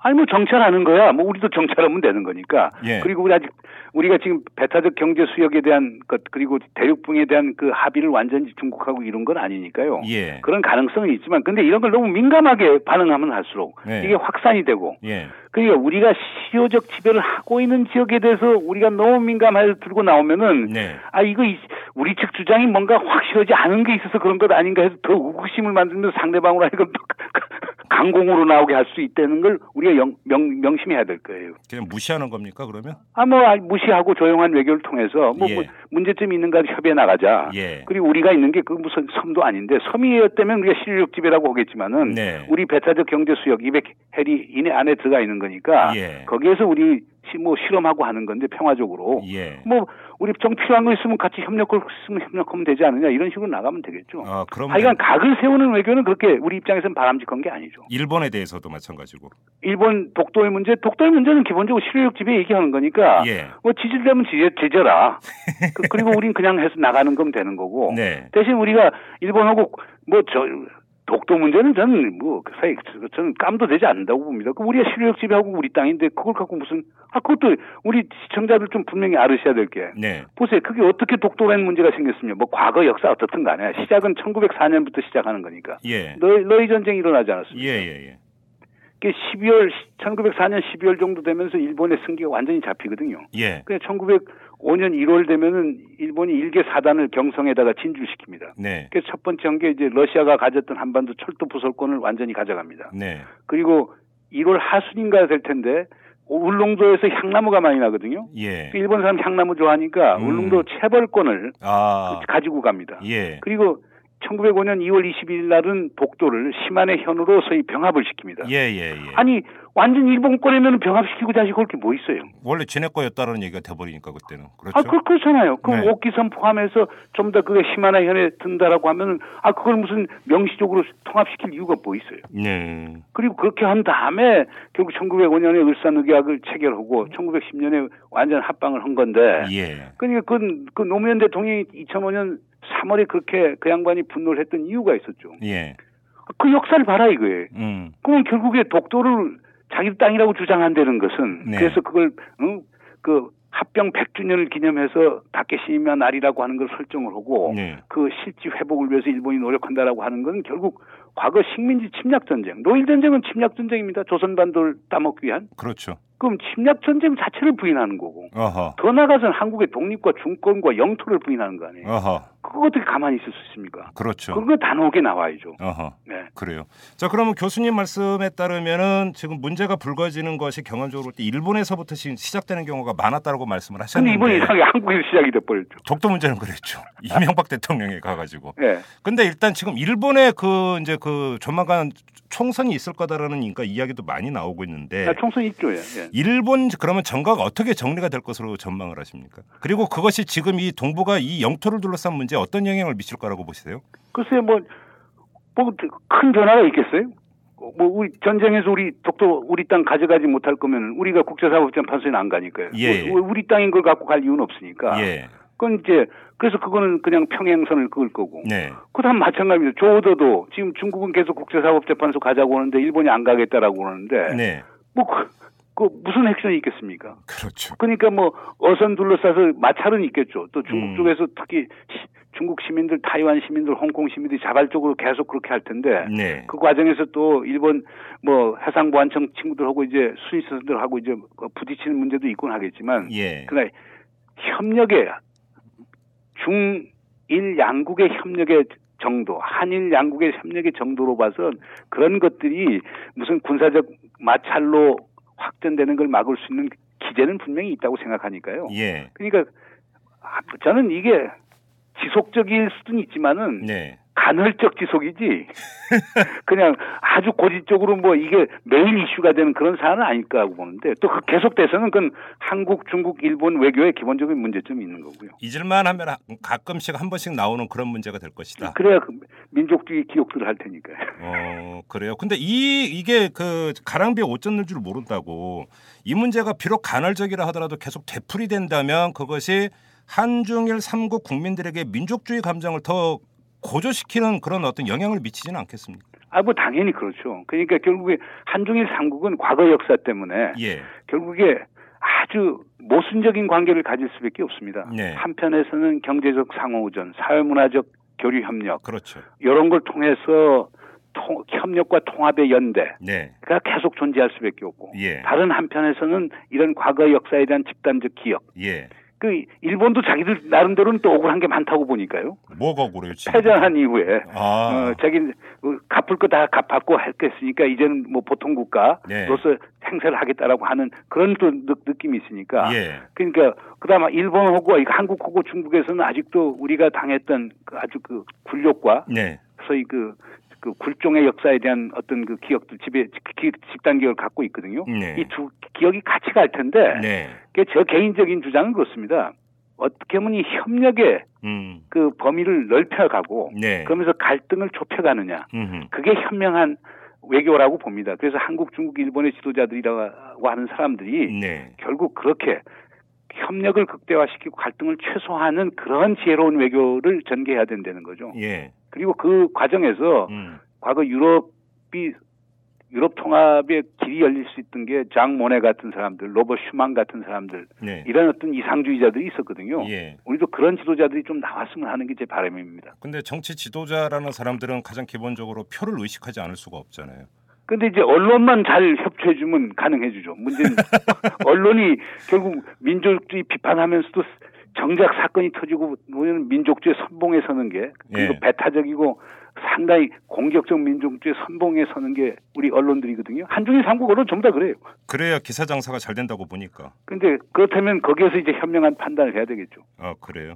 [SPEAKER 8] 아니 뭐 정찰하는 거야. 뭐 우리도 정찰하면 되는 거니까.
[SPEAKER 2] 예.
[SPEAKER 8] 그리고 우리 아직 우리가 지금 배타적 경제 수역에 대한 것 그리고 대륙붕에 대한 그 합의를 완전히 중국하고 이룬 건 아니니까요.
[SPEAKER 2] 예.
[SPEAKER 8] 어, 그런 가능성은 있지만 근데 이런 걸 너무 민감하게 반응하면 할수록
[SPEAKER 2] 네.
[SPEAKER 8] 이게 확산이 되고
[SPEAKER 2] 예.
[SPEAKER 8] 그러니까 우리가 시효적 지배를 하고 있는 지역에 대해서 우리가 너무 민감해서 들고 나오면은
[SPEAKER 2] 네.
[SPEAKER 8] 아 이거 이- 우리 측 주장이 뭔가 확실하지 않은 게 있어서 그런 것 아닌가 해서 더 우극심을 만들면서 상대방으로 하여금 또 강공으로 나오게 할 수 있다는 걸 우리가 영- 명, 명심해야 될 거예요.
[SPEAKER 2] 그냥 무시하는 겁니까 그러면?
[SPEAKER 8] 아 뭐 무시하고 조용한 외교를 통해서 뭐,
[SPEAKER 2] 예.
[SPEAKER 8] 뭐 문제점이 있는가 협의해 나가자.
[SPEAKER 2] 예.
[SPEAKER 8] 그리고 우리가 있는 게 그 무슨 섬도 아닌데 섬이었다면 우리가 실력 지배라고 하겠지만은
[SPEAKER 2] 네.
[SPEAKER 8] 우리 배타적 경제 수역 200 해리 이내 안에 들어가 있는 거니까
[SPEAKER 2] 예.
[SPEAKER 8] 거기에서 우리 시- 뭐 실험하고 하는 건데 평화적으로
[SPEAKER 2] 예.
[SPEAKER 8] 뭐 우리 정 필요한 거 있으면 같이 협력을 쓰면 협력하면 되지 않느냐 이런 식으로 나가면 되겠죠.
[SPEAKER 2] 아, 그럼
[SPEAKER 8] 뭐, 하여간 각을 세우는 외교는 그렇게 우리 입장에서는 바람직한 게 아니죠.
[SPEAKER 2] 일본에 대해서도 마찬가지고.
[SPEAKER 8] 일본 독도의 문제, 독도의 문제는 기본적으로 실효력 지배 얘기하는 거니까
[SPEAKER 2] 예.
[SPEAKER 8] 뭐 지지되면 지지, 지져라. 그, 리고 우린 그냥 해서 나가는 거면 되는 거고.
[SPEAKER 2] 네.
[SPEAKER 8] 대신 우리가 일본하고 뭐 저 독도 문제는 저는 뭐 사실 저는 깜도 되지 않는다고 봅니다. 그 우리가 실효력 지배하고 우리 땅인데 그걸 갖고 무슨 아 그것도 우리 시청자들 좀 분명히 알으셔야 될 게.
[SPEAKER 2] 네.
[SPEAKER 8] 보세요. 그게 어떻게 독도라는 문제가 생겼습니까? 뭐 과거 역사 어떻든 간에 시작은 1904년부터 시작하는 거니까.
[SPEAKER 2] 예.
[SPEAKER 8] 너희, 너희 전쟁이 일어나지 않았습니까?
[SPEAKER 2] 예, 예,
[SPEAKER 8] 그게 12월 1904년 12월 정도 되면서 일본의 승기가 완전히 잡히거든요.
[SPEAKER 2] 예. 예.
[SPEAKER 8] 그냥 1905년 1월 되면은 일본이 일개 사단을 경성에다가 진출시킵니다.
[SPEAKER 2] 네.
[SPEAKER 8] 그래서 첫 번째 한 게 이제 러시아가 가졌던 한반도 철도 부설권을 완전히 가져갑니다.
[SPEAKER 2] 네.
[SPEAKER 8] 그리고 1월 하순인가 될 텐데 울릉도에서 향나무가 많이 나거든요. 그
[SPEAKER 2] 예.
[SPEAKER 8] 일본 사람 향나무 좋아하니까
[SPEAKER 2] 음.
[SPEAKER 8] 울릉도 체벌권을
[SPEAKER 2] 아.
[SPEAKER 8] 가지고 갑니다.
[SPEAKER 2] 예.
[SPEAKER 8] 그리고 1905년 2월 21일 날은 독도를 심한의 현으로 서히 병합을 시킵니다.
[SPEAKER 2] 예, 예, 예.
[SPEAKER 8] 아니 완전 일본 꺼내면 병합시키고 다시 그렇게 뭐 있어요?
[SPEAKER 2] 원래 지네 거였다는 얘기가 돼 버리니까 그때는. 그렇죠?
[SPEAKER 8] 아, 그, 그렇잖아요. 그럼
[SPEAKER 2] 네.
[SPEAKER 8] 옥기선 포함해서 좀 더 그게 히마나 현에 든다라고 하면은, 아, 그걸 무슨 명시적으로 통합시킬 이유가 뭐 있어요.
[SPEAKER 2] 네.
[SPEAKER 8] 그리고 그렇게 한 다음에 결국 1905년에 을산의계약을 체결하고 1910년에 완전 합방을 한 건데,
[SPEAKER 2] 음. 예.
[SPEAKER 8] 그러니까 그, 그 노무현 대통령이 2005년 3월에 그렇게 그 양반이 분노를 했던 이유가 있었죠.
[SPEAKER 2] 예.
[SPEAKER 8] 그 역사를 봐라 이거예요.
[SPEAKER 2] 음.
[SPEAKER 8] 그럼 결국에 독도를 자기 땅이라고 주장한다는 것은
[SPEAKER 2] 네.
[SPEAKER 8] 그래서 그걸 응? 그 합병 100주년을 기념해서 다케시마 날이라고 하는 걸 설정을 하고
[SPEAKER 2] 네.
[SPEAKER 8] 그 실지 회복을 위해서 일본이 노력한다라고 하는 건 결국 과거 식민지 침략 전쟁, 노일 전쟁은 침략 전쟁입니다. 조선 반도를 따먹기 위한
[SPEAKER 2] 그렇죠.
[SPEAKER 8] 그럼 침략 전쟁 자체를 부인하는 거고
[SPEAKER 2] 어허.
[SPEAKER 8] 더 나아가서는 한국의 독립과 중권과 영토를 부인하는 거 아니에요.
[SPEAKER 2] 어허.
[SPEAKER 8] 그거 어떻게 가만히 있을 수 있습니까?
[SPEAKER 2] 그렇죠.
[SPEAKER 8] 그거 단호하게 나와야죠.
[SPEAKER 2] 어허.
[SPEAKER 8] 네.
[SPEAKER 2] 그래요. 자, 그러면 교수님 말씀에 따르면은 지금 문제가 불거지는 것이 경험적으로 볼 때 일본에서부터 시- 시작되는 경우가 많았다고 말씀을
[SPEAKER 8] 근데
[SPEAKER 2] 하셨는데
[SPEAKER 8] 이번 이상하게 한국에서 시작이 돼버렸죠.
[SPEAKER 2] 독도 문제는 그랬죠. 이명박 대통령이 가가지고.
[SPEAKER 8] 예.
[SPEAKER 2] 근데 일단 지금 일본에 그 이제 그 조만간 총선이 있을 거다라는 그러니까 이야기도 많이 나오고 있는데
[SPEAKER 8] 아, 총선 있죠. 예. 예.
[SPEAKER 2] 일본 그러면 정가가 어떻게 정리가 될 것으로 전망을 하십니까? 그리고 그것이 지금 이 동북아 이 영토를 둘러싼 문제에 어떤 영향을 미칠 거라고 보세요?
[SPEAKER 8] 글쎄 뭐 뭐 큰 변화가 있겠어요? 뭐 우리 전쟁에서 우리 독도 우리 땅 가져가지 못할 거면 우리가 국제사법재판소에 안 가니까요. 뭐,
[SPEAKER 2] 예, 예.
[SPEAKER 8] 우- 우리 땅인 걸 갖고 갈 이유는 없으니까.
[SPEAKER 2] 예.
[SPEAKER 8] 그건 이제 그래서 그거는 그냥 평행선을 그을 거고.
[SPEAKER 2] 네.
[SPEAKER 8] 그다음 마찬가지입니다. 조오더도 지금 중국은 계속 국제사법재판소 가자고 하는데 일본이 안 가겠다라고 그러는데
[SPEAKER 2] 네.
[SPEAKER 8] 뭐 그, 그 무슨 핵심이 있겠습니까?
[SPEAKER 2] 그렇죠.
[SPEAKER 8] 그러니까 뭐 어선 둘러싸서 마찰은 있겠죠. 또 중국
[SPEAKER 2] 음.
[SPEAKER 8] 쪽에서 특히 시- 중국 시민들, 타이완 시민들, 홍콩 시민들이 자발적으로 계속 그렇게 할 텐데
[SPEAKER 2] 네.
[SPEAKER 8] 그 과정에서 또 일본 뭐 해상보안청 친구들하고 이제 수입선들하고 이제 그 부딪히는 문제도 있곤 하겠지만
[SPEAKER 2] 예.
[SPEAKER 8] 그러나 그러니까 협력의 중일 양국의 협력의 정도, 한일 양국의 협력의 정도로 봐선 그런 것들이 무슨 군사적 마찰로 확전되는 걸 막을 수 있는 기제는 분명히 있다고 생각하니까요.
[SPEAKER 2] 예.
[SPEAKER 8] 그러니까 아, 저는 이게 지속적일 수는 있지만은
[SPEAKER 2] 네.
[SPEAKER 8] 간헐적 지속이지 그냥 아주 고질적으로 뭐 이게 메인 이슈가 되는 그런 사안은 아닐까 하고 보는데 또 그 계속돼서는 그건 한국, 중국, 일본 외교의 기본적인 문제점이 있는 거고요.
[SPEAKER 2] 잊을만 하면 하- 가끔씩 한 번씩 나오는 그런 문제가 될 것이다.
[SPEAKER 8] 그래야 그 민족주의 기억들을 할 테니까요.
[SPEAKER 2] 어, 그래요. 근데 이 이게 그 가랑비에 옷 젖는 줄 모른다고 이 문제가 비록 간헐적이라 하더라도 계속 되풀이 된다면 그것이 한중일 삼국 국민들에게 민족주의 감정을 더 고조시키는 그런 어떤 영향을 미치지는 않겠습니까?
[SPEAKER 8] 아, 뭐 당연히 그렇죠. 그러니까 결국에 한중일 삼국은 과거 역사 때문에
[SPEAKER 2] 예.
[SPEAKER 8] 결국에 아주 모순적인 관계를 가질 수밖에 없습니다.
[SPEAKER 2] 네.
[SPEAKER 8] 한편에서는 경제적 상호우전, 사회문화적 교류 협력
[SPEAKER 2] 그렇죠.
[SPEAKER 8] 이런 걸 통해서 통- 협력과 통합의 연대가
[SPEAKER 2] 네.
[SPEAKER 8] 계속 존재할 수밖에 없고
[SPEAKER 2] 예.
[SPEAKER 8] 다른 한편에서는 이런 과거 역사에 대한 집단적 기억.
[SPEAKER 2] 예.
[SPEAKER 8] 그 일본도 자기들 나름대로는 또 억울한 게 많다고 보니까요.
[SPEAKER 2] 뭐가 억울해요, 지금?
[SPEAKER 8] 패전한 이후에
[SPEAKER 2] 아.
[SPEAKER 8] 어, 자기 갚을 거 다 갚았고 했겠으니까 이제는 뭐 보통
[SPEAKER 2] 네.
[SPEAKER 8] 국가로서 행사를 하겠다라고 하는 그런 또 느, 느낌이 있으니까
[SPEAKER 2] 예.
[SPEAKER 8] 그러니까 그다음에 일본하고 이 한국하고 중국에서는 아직도 우리가 당했던 그 아주 그 굴욕과
[SPEAKER 2] 네.
[SPEAKER 8] 소위 그, 그 굴종의 역사에 대한 어떤 그 기억들 집에 기- 집단 기억을 갖고 있거든요.
[SPEAKER 2] 네.
[SPEAKER 8] 이 두 기억이 같이 갈 텐데
[SPEAKER 2] 네.
[SPEAKER 8] 그게 제 개인적인 주장은 그렇습니다. 어떻게 보면 이 협력의
[SPEAKER 2] 음.
[SPEAKER 8] 그 범위를 넓혀가고
[SPEAKER 2] 네.
[SPEAKER 8] 그러면서 갈등을 좁혀가느냐
[SPEAKER 2] 음.
[SPEAKER 8] 그게 현명한 외교라고 봅니다. 그래서 한국, 중국, 일본의 지도자들이라고 하는 사람들이
[SPEAKER 2] 네.
[SPEAKER 8] 결국 그렇게 협력을 극대화시키고 갈등을 최소화하는 그런 지혜로운 외교를 전개해야 된다는 거죠.
[SPEAKER 2] 예.
[SPEAKER 8] 그리고 그 과정에서
[SPEAKER 2] 음.
[SPEAKER 8] 과거 유럽이 유럽 통합의 길이 열릴 수 있던 게 장 모네 같은 사람들, 로버트 슈만 같은 사람들
[SPEAKER 2] 네.
[SPEAKER 8] 이런 어떤 이상주의자들이 있었거든요.
[SPEAKER 2] 예.
[SPEAKER 8] 우리도 그런 지도자들이 좀 나왔으면 하는 게 제 바람입니다.
[SPEAKER 2] 근데 정치 지도자라는 사람들은 가장 기본적으로 표를 의식하지 않을 수가 없잖아요.
[SPEAKER 8] 근데 이제 언론만 잘 협조해주면 가능해지죠. 문제는 언론이 결국 민족주의 비판하면서도 정작 사건이 터지고 뭐냐면 민족주의 선봉에 서는 게 그리고
[SPEAKER 2] 예.
[SPEAKER 8] 배타적이고 상당히 공격적 민족주의 선봉에 서는 게 우리 언론들이거든요. 한중일 삼국 언론 전부 다 그래요.
[SPEAKER 2] 그래야 기사 장사가 잘 된다고 보니까.
[SPEAKER 8] 근데 그렇다면 거기에서 이제 현명한 판단을 해야 되겠죠.
[SPEAKER 2] 아 그래요.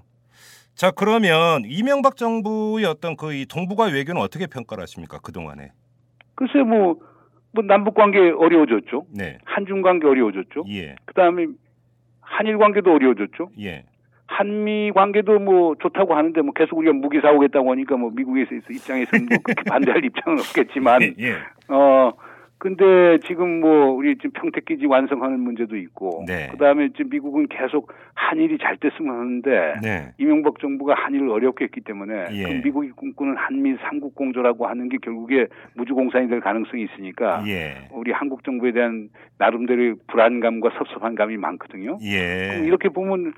[SPEAKER 2] 자 그러면 이명박 정부의 어떤 그 이 동북아 외교는 어떻게 평가를 하십니까 그 동안에?
[SPEAKER 8] 글쎄 뭐, 뭐 남북 관계 어려워졌죠.
[SPEAKER 2] 네.
[SPEAKER 8] 한중 관계 어려워졌죠.
[SPEAKER 2] 예.
[SPEAKER 8] 그다음에 한일 관계도 어려워졌죠.
[SPEAKER 2] 예.
[SPEAKER 8] 한미 관계도 뭐 좋다고 하는데 뭐 계속 우리가 무기 사오겠다고 하니까 뭐 미국에서 입장에서는 뭐 그렇게 반대할 입장은 없겠지만
[SPEAKER 2] 예.
[SPEAKER 8] 어 근데 지금 뭐 우리 지금 평택 기지 완성하는 문제도 있고
[SPEAKER 2] 네.
[SPEAKER 8] 그다음에 지금 미국은 계속 한일이 잘 됐으면 하는데
[SPEAKER 2] 네.
[SPEAKER 8] 이명박 정부가 한일을 어렵게 했기 때문에
[SPEAKER 2] 예.
[SPEAKER 8] 그 미국이 꿈꾸는 한미 삼국 공조라고 하는 게 결국에 무주공산이 될 가능성이 있으니까
[SPEAKER 2] 예.
[SPEAKER 8] 우리 한국 정부에 대한 나름대로의 불안감과 섭섭한 감이 많거든요. 그럼
[SPEAKER 2] 예.
[SPEAKER 8] 이렇게 보면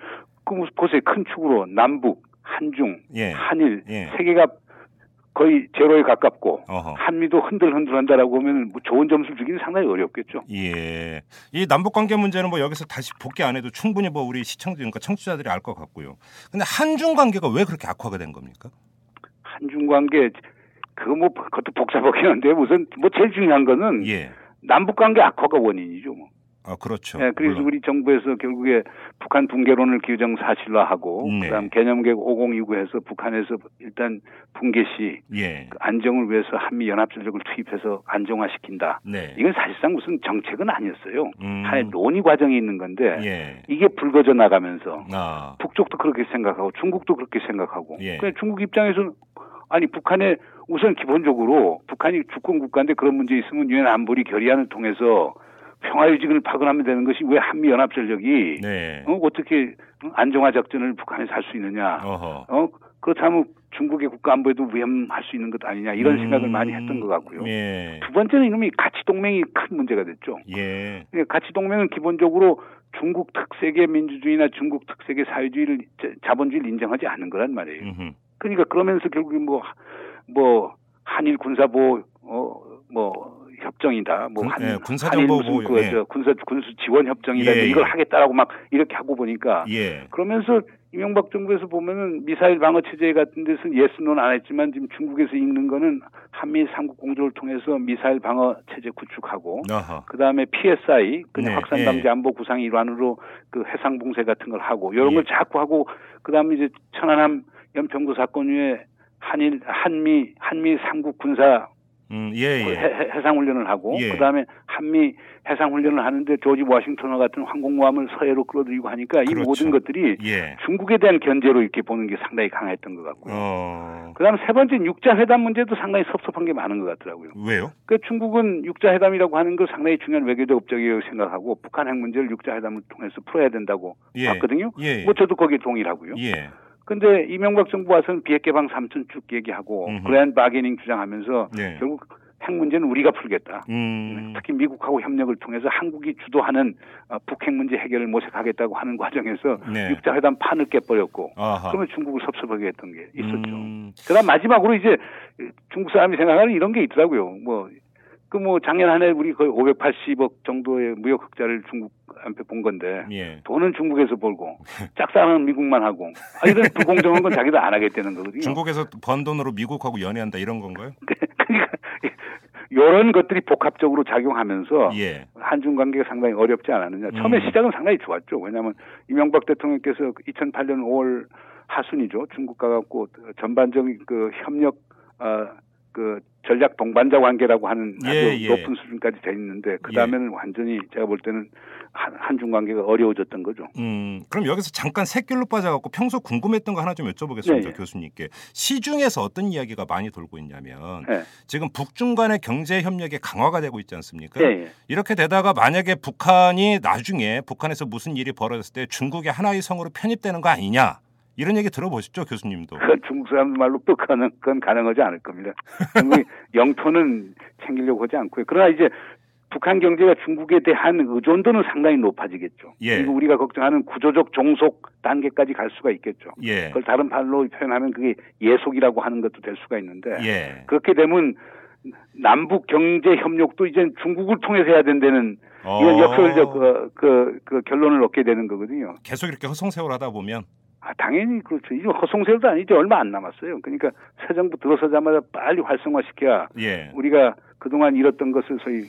[SPEAKER 8] 그 뭐- 보세요 큰 축으로 남북 한중
[SPEAKER 2] 예.
[SPEAKER 8] 한일
[SPEAKER 2] 예.
[SPEAKER 8] 세계가 거의 제로에 가깝고
[SPEAKER 2] 어허.
[SPEAKER 8] 한미도 흔들흔들한다라고 하면 뭐 좋은 점수를 주기는 상당히 어렵겠죠.
[SPEAKER 2] 예. 이 남북 관계 문제는 뭐 여기서 다시 복귀 안 해도 충분히 뭐 우리 시청자 그러니까 청취자들이 알 것 같고요. 근데 한중 관계가 왜 그렇게 악화가 된 겁니까?
[SPEAKER 8] 한중 관계 그거 뭐 그것도 복잡하긴 한데 무슨 뭐 제일 중요한 거는
[SPEAKER 2] 예.
[SPEAKER 8] 남북 관계 악화가 원인이죠. 뭐.
[SPEAKER 2] 아 그렇죠.
[SPEAKER 8] 예, 그래서
[SPEAKER 2] 물론.
[SPEAKER 8] 우리 정부에서 결국에 북한 붕괴론을 규정 사실화하고
[SPEAKER 2] 네.
[SPEAKER 8] 그다음 개념개혁 5029에서 북한에서 일단 붕괴 시
[SPEAKER 2] 예.
[SPEAKER 8] 그 안정을 위해서 한미 연합 전력을 투입해서 안정화시킨다.
[SPEAKER 2] 네.
[SPEAKER 8] 이건 사실상 무슨 정책은 아니었어요.
[SPEAKER 2] 음.
[SPEAKER 8] 하나의 논의 과정이 있는 건데
[SPEAKER 2] 예.
[SPEAKER 8] 이게 불거져 나가면서
[SPEAKER 2] 아.
[SPEAKER 8] 북쪽도 그렇게 생각하고 중국도 그렇게 생각하고
[SPEAKER 2] 예.
[SPEAKER 8] 그냥 중국 입장에서는 아니 북한에 우선 기본적으로 북한이 주권 국가인데 그런 문제 있으면 유엔 안보리 결의안을 통해서 평화 유지를 파견하면 되는 것이 왜 한미 연합 전력이
[SPEAKER 2] 네.
[SPEAKER 8] 어, 떻게 안정화 작전을 북한에서 할 수 있느냐
[SPEAKER 2] 어허.
[SPEAKER 8] 어 그렇다면 중국의 국가 안보에도 위험할 수 있는 것 아니냐
[SPEAKER 2] 음.
[SPEAKER 8] 이런 생각을 많이 했던 것 같고요.
[SPEAKER 2] 예.
[SPEAKER 8] 두 번째는 이놈이 가치 동맹이 큰 문제가 됐죠.
[SPEAKER 2] 예.
[SPEAKER 8] 예, 가치 동맹은 기본적으로 중국 특색의 민주주의나 중국 특색의 사회주의를 자- 자본주의를 인정하지 않는 거란 말이에요.
[SPEAKER 2] 음흠.
[SPEAKER 8] 그러니까 그러면서 결국 뭐뭐 한일 군사보호 어, 어뭐 협정이다. 뭐
[SPEAKER 2] 군-
[SPEAKER 8] 한,
[SPEAKER 2] 예,
[SPEAKER 8] 한일
[SPEAKER 2] 군사정보보호,
[SPEAKER 8] 무슨 그
[SPEAKER 2] 예.
[SPEAKER 8] 저 군사 군수 지원 협정이다.
[SPEAKER 2] 예, 예.
[SPEAKER 8] 이걸 하겠다라고 막 이렇게 하고 보니까
[SPEAKER 2] 예.
[SPEAKER 8] 그러면서 이명박 정부에서 보면은 미사일 방어 체제 같은 데서는 예스노는 안 했지만 지금 중국에서 읽는 거는 한미 삼국 공조를 통해서 미사일 방어 체제 구축하고
[SPEAKER 2] 어허.
[SPEAKER 8] 그 다음에 PSI, 그냥
[SPEAKER 2] 네,
[SPEAKER 8] 확산
[SPEAKER 2] 예.
[SPEAKER 8] 방지 안보 구상 일환으로 그 해상 봉쇄 같은 걸 하고 이런
[SPEAKER 2] 예.
[SPEAKER 8] 걸 자꾸 하고 그 다음에 이제 천안함 연평도 사건 후에 한일 한미 한미 삼국 군사
[SPEAKER 2] 음, 예,
[SPEAKER 8] 그
[SPEAKER 2] 예.
[SPEAKER 8] 해, 해상 훈련을 하고
[SPEAKER 2] 예.
[SPEAKER 8] 그 다음에 한미 해상 훈련을 하는데 조지 워싱턴과 같은 항공모함을 서해로 끌어들이고 하니까 이
[SPEAKER 2] 그렇죠.
[SPEAKER 8] 모든 것들이
[SPEAKER 2] 예.
[SPEAKER 8] 중국에 대한 견제로 이렇게 보는 게 상당히 강했던 것 같고요.
[SPEAKER 2] 어.
[SPEAKER 8] 그다음 세 번째 는 육자 회담 문제도 상당히 섭섭한 게 많은 것 같더라고요.
[SPEAKER 2] 왜요?
[SPEAKER 8] 그 중국은 육자회담이라고 하는 걸 상당히 중요한 외교적 업적이라고 생각하고 북한 핵 문제를 육자회담을 통해서 풀어야 된다고
[SPEAKER 2] 예.
[SPEAKER 8] 봤거든요.
[SPEAKER 2] 예.
[SPEAKER 8] 뭐 저도 거기에 동의를 하고요.
[SPEAKER 2] 예.
[SPEAKER 8] 근데 이명박 정부 와서는 비핵개방 삼촌 쭉 얘기하고
[SPEAKER 2] 음흠.
[SPEAKER 8] 그레한 바게닝 주장하면서
[SPEAKER 2] 네.
[SPEAKER 8] 결국 핵 문제는 우리가 풀겠다.
[SPEAKER 2] 음.
[SPEAKER 8] 특히 미국하고 협력을 통해서 한국이 주도하는 어, 북핵 문제 해결을 모색하겠다고 하는 과정에서
[SPEAKER 2] 네.
[SPEAKER 8] 육자 회담 판을 깨버렸고
[SPEAKER 2] 아하.
[SPEAKER 8] 그러면 중국을 섭섭하게 했던 게 있었죠.
[SPEAKER 2] 음.
[SPEAKER 8] 그다음 마지막으로 이제 중국 사람이 생각하는 이런 게 있더라고요. 뭐, 그 뭐 작년 한 해 우리 거의 580억 정도의 무역 흑자를 중국한테 본 건데
[SPEAKER 2] 예.
[SPEAKER 8] 돈은 중국에서 벌고 짝사랑은 미국만 하고 아, 이런 불공정한 건 자기도 안 하겠다는 거거든요.
[SPEAKER 2] 중국에서 번 돈으로 미국하고 연애한다 이런 건가요?
[SPEAKER 8] 그러니까 이런 것들이 복합적으로 작용하면서
[SPEAKER 2] 예.
[SPEAKER 8] 한중 관계가 상당히 어렵지 않았느냐. 처음에
[SPEAKER 2] 음.
[SPEAKER 8] 시작은 상당히 좋았죠. 왜냐하면 이명박 대통령께서 2008년 5월 하순이죠. 중국과 갖고 전반적인 그 협력 아, 어그 전략 동반자 관계라고 하는 아주
[SPEAKER 2] 예, 예.
[SPEAKER 8] 높은 수준까지 돼 있는데 그 다음에는 완전히 제가 볼 때는 한, 한중 관계가 어려워졌던 거죠.
[SPEAKER 2] 음, 그럼 여기서 잠깐 샛길로 빠져갖고 평소 궁금했던 거 하나 좀 여쭤보겠습니다,
[SPEAKER 8] 예, 예.
[SPEAKER 2] 교수님께. 시중에서 어떤 이야기가 많이 돌고 있냐면
[SPEAKER 8] 예.
[SPEAKER 2] 지금 북중 간의 경제 협력이 강화가 되고 있지 않습니까?
[SPEAKER 8] 예, 예.
[SPEAKER 2] 이렇게 되다가 만약에 북한이 나중에 북한에서 무슨 일이 벌어졌을 때 중국의 하나의 성으로 편입되는 거 아니냐 이런 얘기 들어보셨죠, 교수님도.
[SPEAKER 8] 그건 중국 사람들 말로 또 가능, 그건 가능하지 않을 겁니다. 중국이 영토는 챙기려고 하지 않고요. 그러나 이제 북한 경제가 중국에 대한 의존도는 상당히 높아지겠죠.
[SPEAKER 2] 예.
[SPEAKER 8] 그리고 우리가 걱정하는 구조적 종속 단계까지 갈 수가 있겠죠.
[SPEAKER 2] 예.
[SPEAKER 8] 그걸 다른 발로 표현하면 그게 예속이라고 하는 것도 될 수가 있는데
[SPEAKER 2] 예.
[SPEAKER 8] 그렇게 되면 남북 경제 협력도 이제 중국을 통해서 해야 된다는 이런
[SPEAKER 2] 어,
[SPEAKER 8] 역설적 그, 그, 그 결론을 얻게 되는 거거든요.
[SPEAKER 2] 계속 이렇게 허송세월하다 보면
[SPEAKER 8] 아, 당연히 그렇죠. 이거 허송세월도 아니죠. 얼마 안 남았어요. 그러니까 새 정부 들어서자마자 빨리 활성화시켜야
[SPEAKER 2] 예.
[SPEAKER 8] 우리가 그동안 잃었던 것을 소위,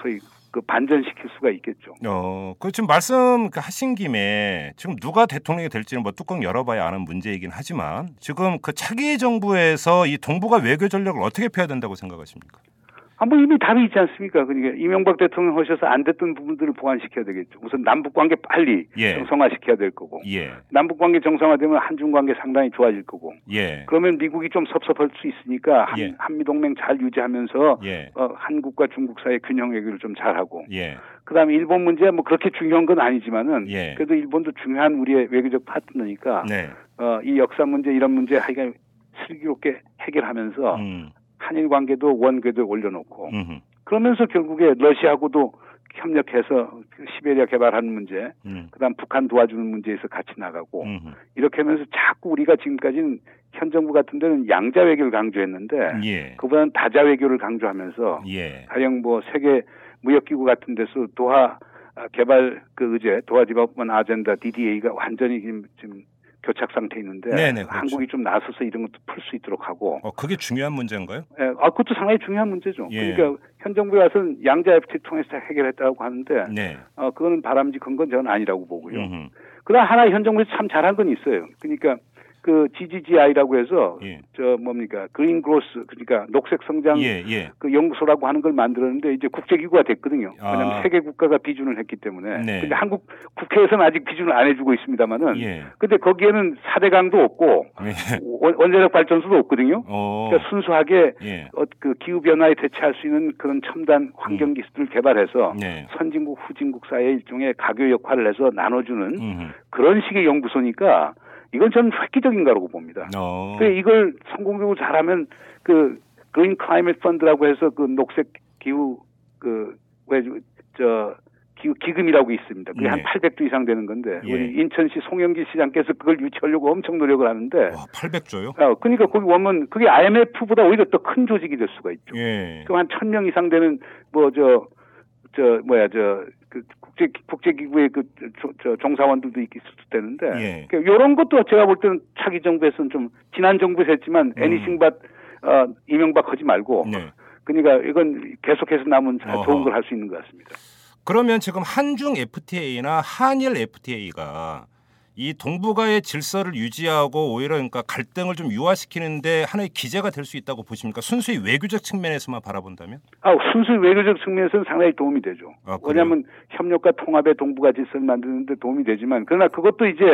[SPEAKER 8] 소위 그 반전시킬 수가 있겠죠.
[SPEAKER 2] 어, 그 지금 말씀 그 하신 김에 지금 누가 대통령이 될지는 뭐 뚜껑 열어봐야 아는 문제이긴 하지만 지금 그 차기 정부에서 이 동북아 외교 전략을 어떻게 펴야 된다고 생각하십니까?
[SPEAKER 8] 아, 뭐 이미 답이 있지 않습니까? 그러니까 이명박 대통령 하셔서 안 됐던 부분들을 보완시켜야 되겠죠. 우선 남북관계 빨리
[SPEAKER 2] 예.
[SPEAKER 8] 정상화시켜야 될 거고.
[SPEAKER 2] 예.
[SPEAKER 8] 남북관계 정상화되면 한중관계 상당히 좋아질 거고.
[SPEAKER 2] 예.
[SPEAKER 8] 그러면 미국이 좀 섭섭할 수 있으니까 한,
[SPEAKER 2] 예.
[SPEAKER 8] 한미동맹 잘 유지하면서
[SPEAKER 2] 예.
[SPEAKER 8] 어, 한국과 중국 사이의 균형 외교를 좀 잘하고.
[SPEAKER 2] 예.
[SPEAKER 8] 그다음에 일본 문제 뭐 그렇게 중요한 건 아니지만은
[SPEAKER 2] 예.
[SPEAKER 8] 그래도 일본도 중요한 우리의 외교적 파트너니까
[SPEAKER 2] 네.
[SPEAKER 8] 어, 이 역사 문제 이런 문제 하여간 슬기롭게 해결하면서
[SPEAKER 2] 음.
[SPEAKER 8] 한일 관계도 원 궤도에 올려놓고
[SPEAKER 2] 음.
[SPEAKER 8] 그러면서 결국에 러시아하고도 협력해서 그 시베리아 개발하는 문제
[SPEAKER 2] 음.
[SPEAKER 8] 그다음 북한 도와주는 문제에서 같이 나가고
[SPEAKER 2] 음.
[SPEAKER 8] 이렇게 하면서 자꾸 우리가 지금까지는 현 정부 같은 데는 양자 외교를 강조했는데
[SPEAKER 2] 예.
[SPEAKER 8] 그보다는 다자 외교를 강조하면서
[SPEAKER 2] 예.
[SPEAKER 8] 가령 뭐 세계 무역기구 같은 데서 도하 아, 개발 그 의제 도하 디벨롭먼 아젠다 DDA가 완전히 지금, 지금 교착 상태 있는데
[SPEAKER 2] 네네, 그렇죠.
[SPEAKER 8] 한국이 좀 나서서 이런 것도 풀 수 있도록 하고
[SPEAKER 2] 어, 그게 중요한 문제인가요?
[SPEAKER 8] 예, 아 그것도 상당히 중요한 문제죠.
[SPEAKER 2] 예.
[SPEAKER 8] 그러니까 현 정부에 와서는 양자 FT 통해서 해결했다고 하는데
[SPEAKER 2] 네.
[SPEAKER 8] 어 그거는 바람직한 건 저는 아니라고 보고요.
[SPEAKER 2] 음.
[SPEAKER 8] 그러나 하나 현 정부에서 참 잘한 건 있어요. 그러니까 그 GGGI라고 해서
[SPEAKER 2] 예.
[SPEAKER 8] 저 뭡니까 그린 그로스 그러니까 녹색 성장
[SPEAKER 2] 예. 예.
[SPEAKER 8] 그 연구소라고 하는 걸 만들었는데 이제 국제기구가 됐거든요.
[SPEAKER 2] 아.
[SPEAKER 8] 왜냐하면 세계 국가가 비준을 했기 때문에.
[SPEAKER 2] 네.
[SPEAKER 8] 근데 한국 국회에서는 아직 비준을 안 해주고 있습니다만은.
[SPEAKER 2] 예.
[SPEAKER 8] 근데 거기에는 4대강도 없고
[SPEAKER 2] 예.
[SPEAKER 8] 원- 원자력 발전소도 없거든요.
[SPEAKER 2] 어.
[SPEAKER 8] 그러니까 순수하게
[SPEAKER 2] 예.
[SPEAKER 8] 어, 그 기후 변화에 대처할 수 있는 그런 첨단 환경 기술을 개발해서
[SPEAKER 2] 음. 네.
[SPEAKER 8] 선진국 후진국 사이의 일종의 가교 역할을 해서 나눠주는
[SPEAKER 2] 음.
[SPEAKER 8] 그런 식의 연구소니까 이건 저는 획기적인 거라고 봅니다.
[SPEAKER 2] 어.
[SPEAKER 8] 그래 이걸 성공적으로 잘하면 그 그린 클라이밋 펀드라고 해서 그 녹색 기후 그 그왜저 기후 기금이라고 있습니다. 그게 한
[SPEAKER 2] 네.
[SPEAKER 8] 800조 이상 되는 건데
[SPEAKER 2] 예.
[SPEAKER 8] 우리 인천시 송영기 시장께서 그걸 유치하려고 엄청 노력을 하는데
[SPEAKER 2] 와, 800조요?
[SPEAKER 8] 아 그러니까 거기 보면 그게 IMF보다 오히려 더 큰 조직이 될 수가 있죠.
[SPEAKER 2] 예.
[SPEAKER 8] 그럼 한 천 명 이상 되는 뭐 저 저 뭐야 저 그 국제 국제 기구의 그 저 종사원들도 있을 수도 되는데
[SPEAKER 2] 예.
[SPEAKER 8] 그러니까 이런 것도 제가 볼 때는 차기 정부에서는 좀 지난 정부에서 했지만 애니싱밭 어, 이명박 하지 말고
[SPEAKER 2] 음. 네.
[SPEAKER 8] 그러니까 이건 계속해서 남은 자-
[SPEAKER 2] 어허.
[SPEAKER 8] 좋은 걸 할 수 있는 것 같습니다.
[SPEAKER 2] 그러면 지금 한중 FTA나 한일 FTA가 이 동북아의 질서를 유지하고 오히려 그러니까 갈등을 좀 유화시키는데 하나의 기재가 될 수 있다고 보십니까? 순수히 외교적 측면에서만 바라본다면?
[SPEAKER 8] 아 순수 외교적 측면에서는 상당히 도움이 되죠.
[SPEAKER 2] 아, 그래요?
[SPEAKER 8] 왜냐하면 협력과 통합의 동북아 질서를 만드는데 도움이 되지만 그러나 그것도 이제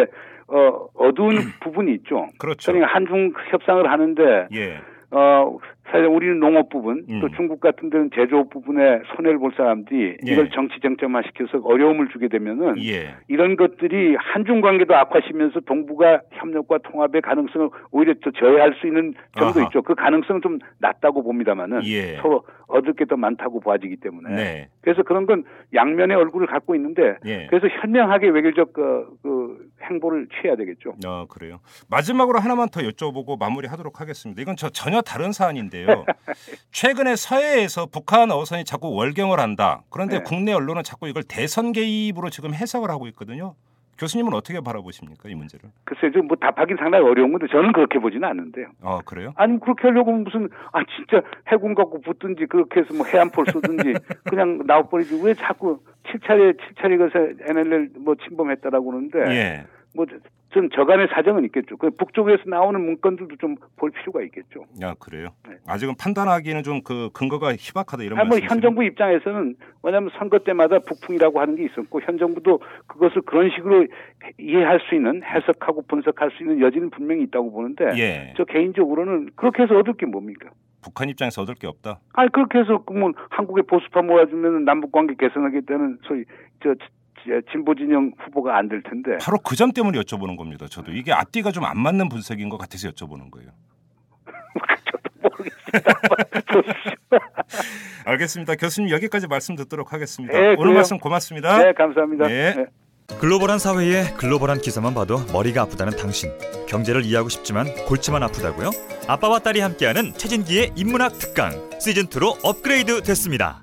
[SPEAKER 8] 어, 어두운 부분이 있죠.
[SPEAKER 2] 그렇죠.
[SPEAKER 8] 그러니까 한중 협상을 하는데
[SPEAKER 2] 예.
[SPEAKER 8] 어, 어, 사실 우리는 농업 부분,
[SPEAKER 2] 음.
[SPEAKER 8] 또 중국 같은 데는 제조업 부분에 손해를 볼 사람들이
[SPEAKER 2] 예.
[SPEAKER 8] 이걸 정치쟁점화 시켜서 어려움을 주게 되면은
[SPEAKER 2] 예.
[SPEAKER 8] 이런 것들이 한중 관계도 악화시면서 동북아 협력과 통합의 가능성을 오히려 더 저해할 수 있는 점도
[SPEAKER 2] 아하.
[SPEAKER 8] 있죠. 그 가능성은 좀 낮다고 봅니다만은
[SPEAKER 2] 예.
[SPEAKER 8] 서로 얻을 게 더 많다고 봐지기 때문에
[SPEAKER 2] 네.
[SPEAKER 8] 그래서 그런 건 양면의 얼굴을 갖고 있는데
[SPEAKER 2] 예.
[SPEAKER 8] 그래서 현명하게 외교적 그, 그 행보를 취해야 되겠죠.
[SPEAKER 2] 아, 그래요. 마지막으로 하나만 더 여쭤보고 마무리하도록 하겠습니다. 이건 저 전혀 다른 사안인데요. 최근에 서해에서 북한 어선이 자꾸 월경을 한다. 그런데
[SPEAKER 8] 네.
[SPEAKER 2] 국내 언론은 자꾸 이걸 대선 개입으로 지금 해석을 하고 있거든요. 교수님은 어떻게 바라보십니까 이 문제를?
[SPEAKER 8] 글쎄요, 좀뭐 답하긴 상당히 어려운 건데 저는 그렇게 보지는 않는데요.
[SPEAKER 2] 아 그래요?
[SPEAKER 8] 아니 그렇게 하려고 하면 무슨 아 진짜 해군 갖고 붙든지 그렇게 해서 뭐 해안포를 쏘든지 그냥 나와버리지 왜 자꾸 7차례 7차례 것에 NLL 뭐 침범했다라고 그러는데
[SPEAKER 2] 예.
[SPEAKER 8] 뭐 좀 저간의 사정은 있겠죠. 그 북쪽에서 나오는 문건들도 좀 볼 필요가 있겠죠.
[SPEAKER 2] 아 그래요.
[SPEAKER 8] 네.
[SPEAKER 2] 아직은 판단하기에는 좀 그 근거가 희박하다 이런
[SPEAKER 8] 아니, 뭐
[SPEAKER 2] 말씀이시죠?
[SPEAKER 8] 현 정부 입장에서는 왜냐하면 선거 때마다 북풍이라고 하는 게 있었고 현 정부도 그것을 그런 식으로 이해할 수 있는 해석하고 분석할 수 있는 여지는 분명히 있다고 보는데
[SPEAKER 2] 예.
[SPEAKER 8] 저 개인적으로는 그렇게 해서 얻을 게 뭡니까?
[SPEAKER 2] 북한 입장에서 얻을 게 없다.
[SPEAKER 8] 아니 그렇게 해서 그러면 한국의 보수파 모아주면 남북 관계 개선하겠다는 소위 저 지- 지- 진보 진영 후보가 안 될 텐데
[SPEAKER 2] 바로 그 점 때문에 여쭤보는 겁니다. 저도 이게 앞뒤가 좀 안 맞는 분석인 것 같아서 여쭤보는 거예요. 알겠습니다. 교수님 여기까지 말씀 듣도록 하겠습니다.
[SPEAKER 8] 예,
[SPEAKER 2] 오늘
[SPEAKER 8] 그래요.
[SPEAKER 2] 말씀 고맙습니다.
[SPEAKER 8] 네 감사합니다.
[SPEAKER 2] 네.
[SPEAKER 8] 네.
[SPEAKER 9] 글로벌한 사회에 글로벌한 기사만 봐도 머리가 아프다는 당신. 경제를 이해하고 싶지만 골치만 아프다고요? 아빠와 딸이 함께하는 최진기의 인문학 특강 시즌 2로 업그레이드 됐습니다.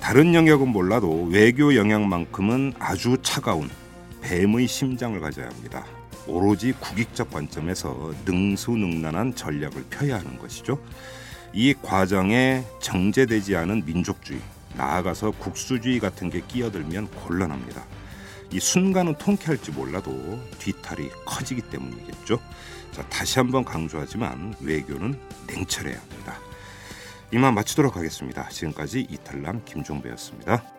[SPEAKER 2] 다른 영역은 몰라도 외교 영역만큼은 아주 차가운 뱀의 심장을 가져야 합니다. 오로지 국익적 관점에서 능수능란한 전략을 펴야 하는 것이죠. 이 과정에 정제되지 않은 민족주의, 나아가서 국수주의 같은 게 끼어들면 곤란합니다. 이 순간은 통쾌할지 몰라도 뒤탈이 커지기 때문이겠죠. 자, 다시 한번 강조하지만 외교는 냉철해야 합니다. 이만 마치도록 하겠습니다. 지금까지 이탈남 김종배였습니다.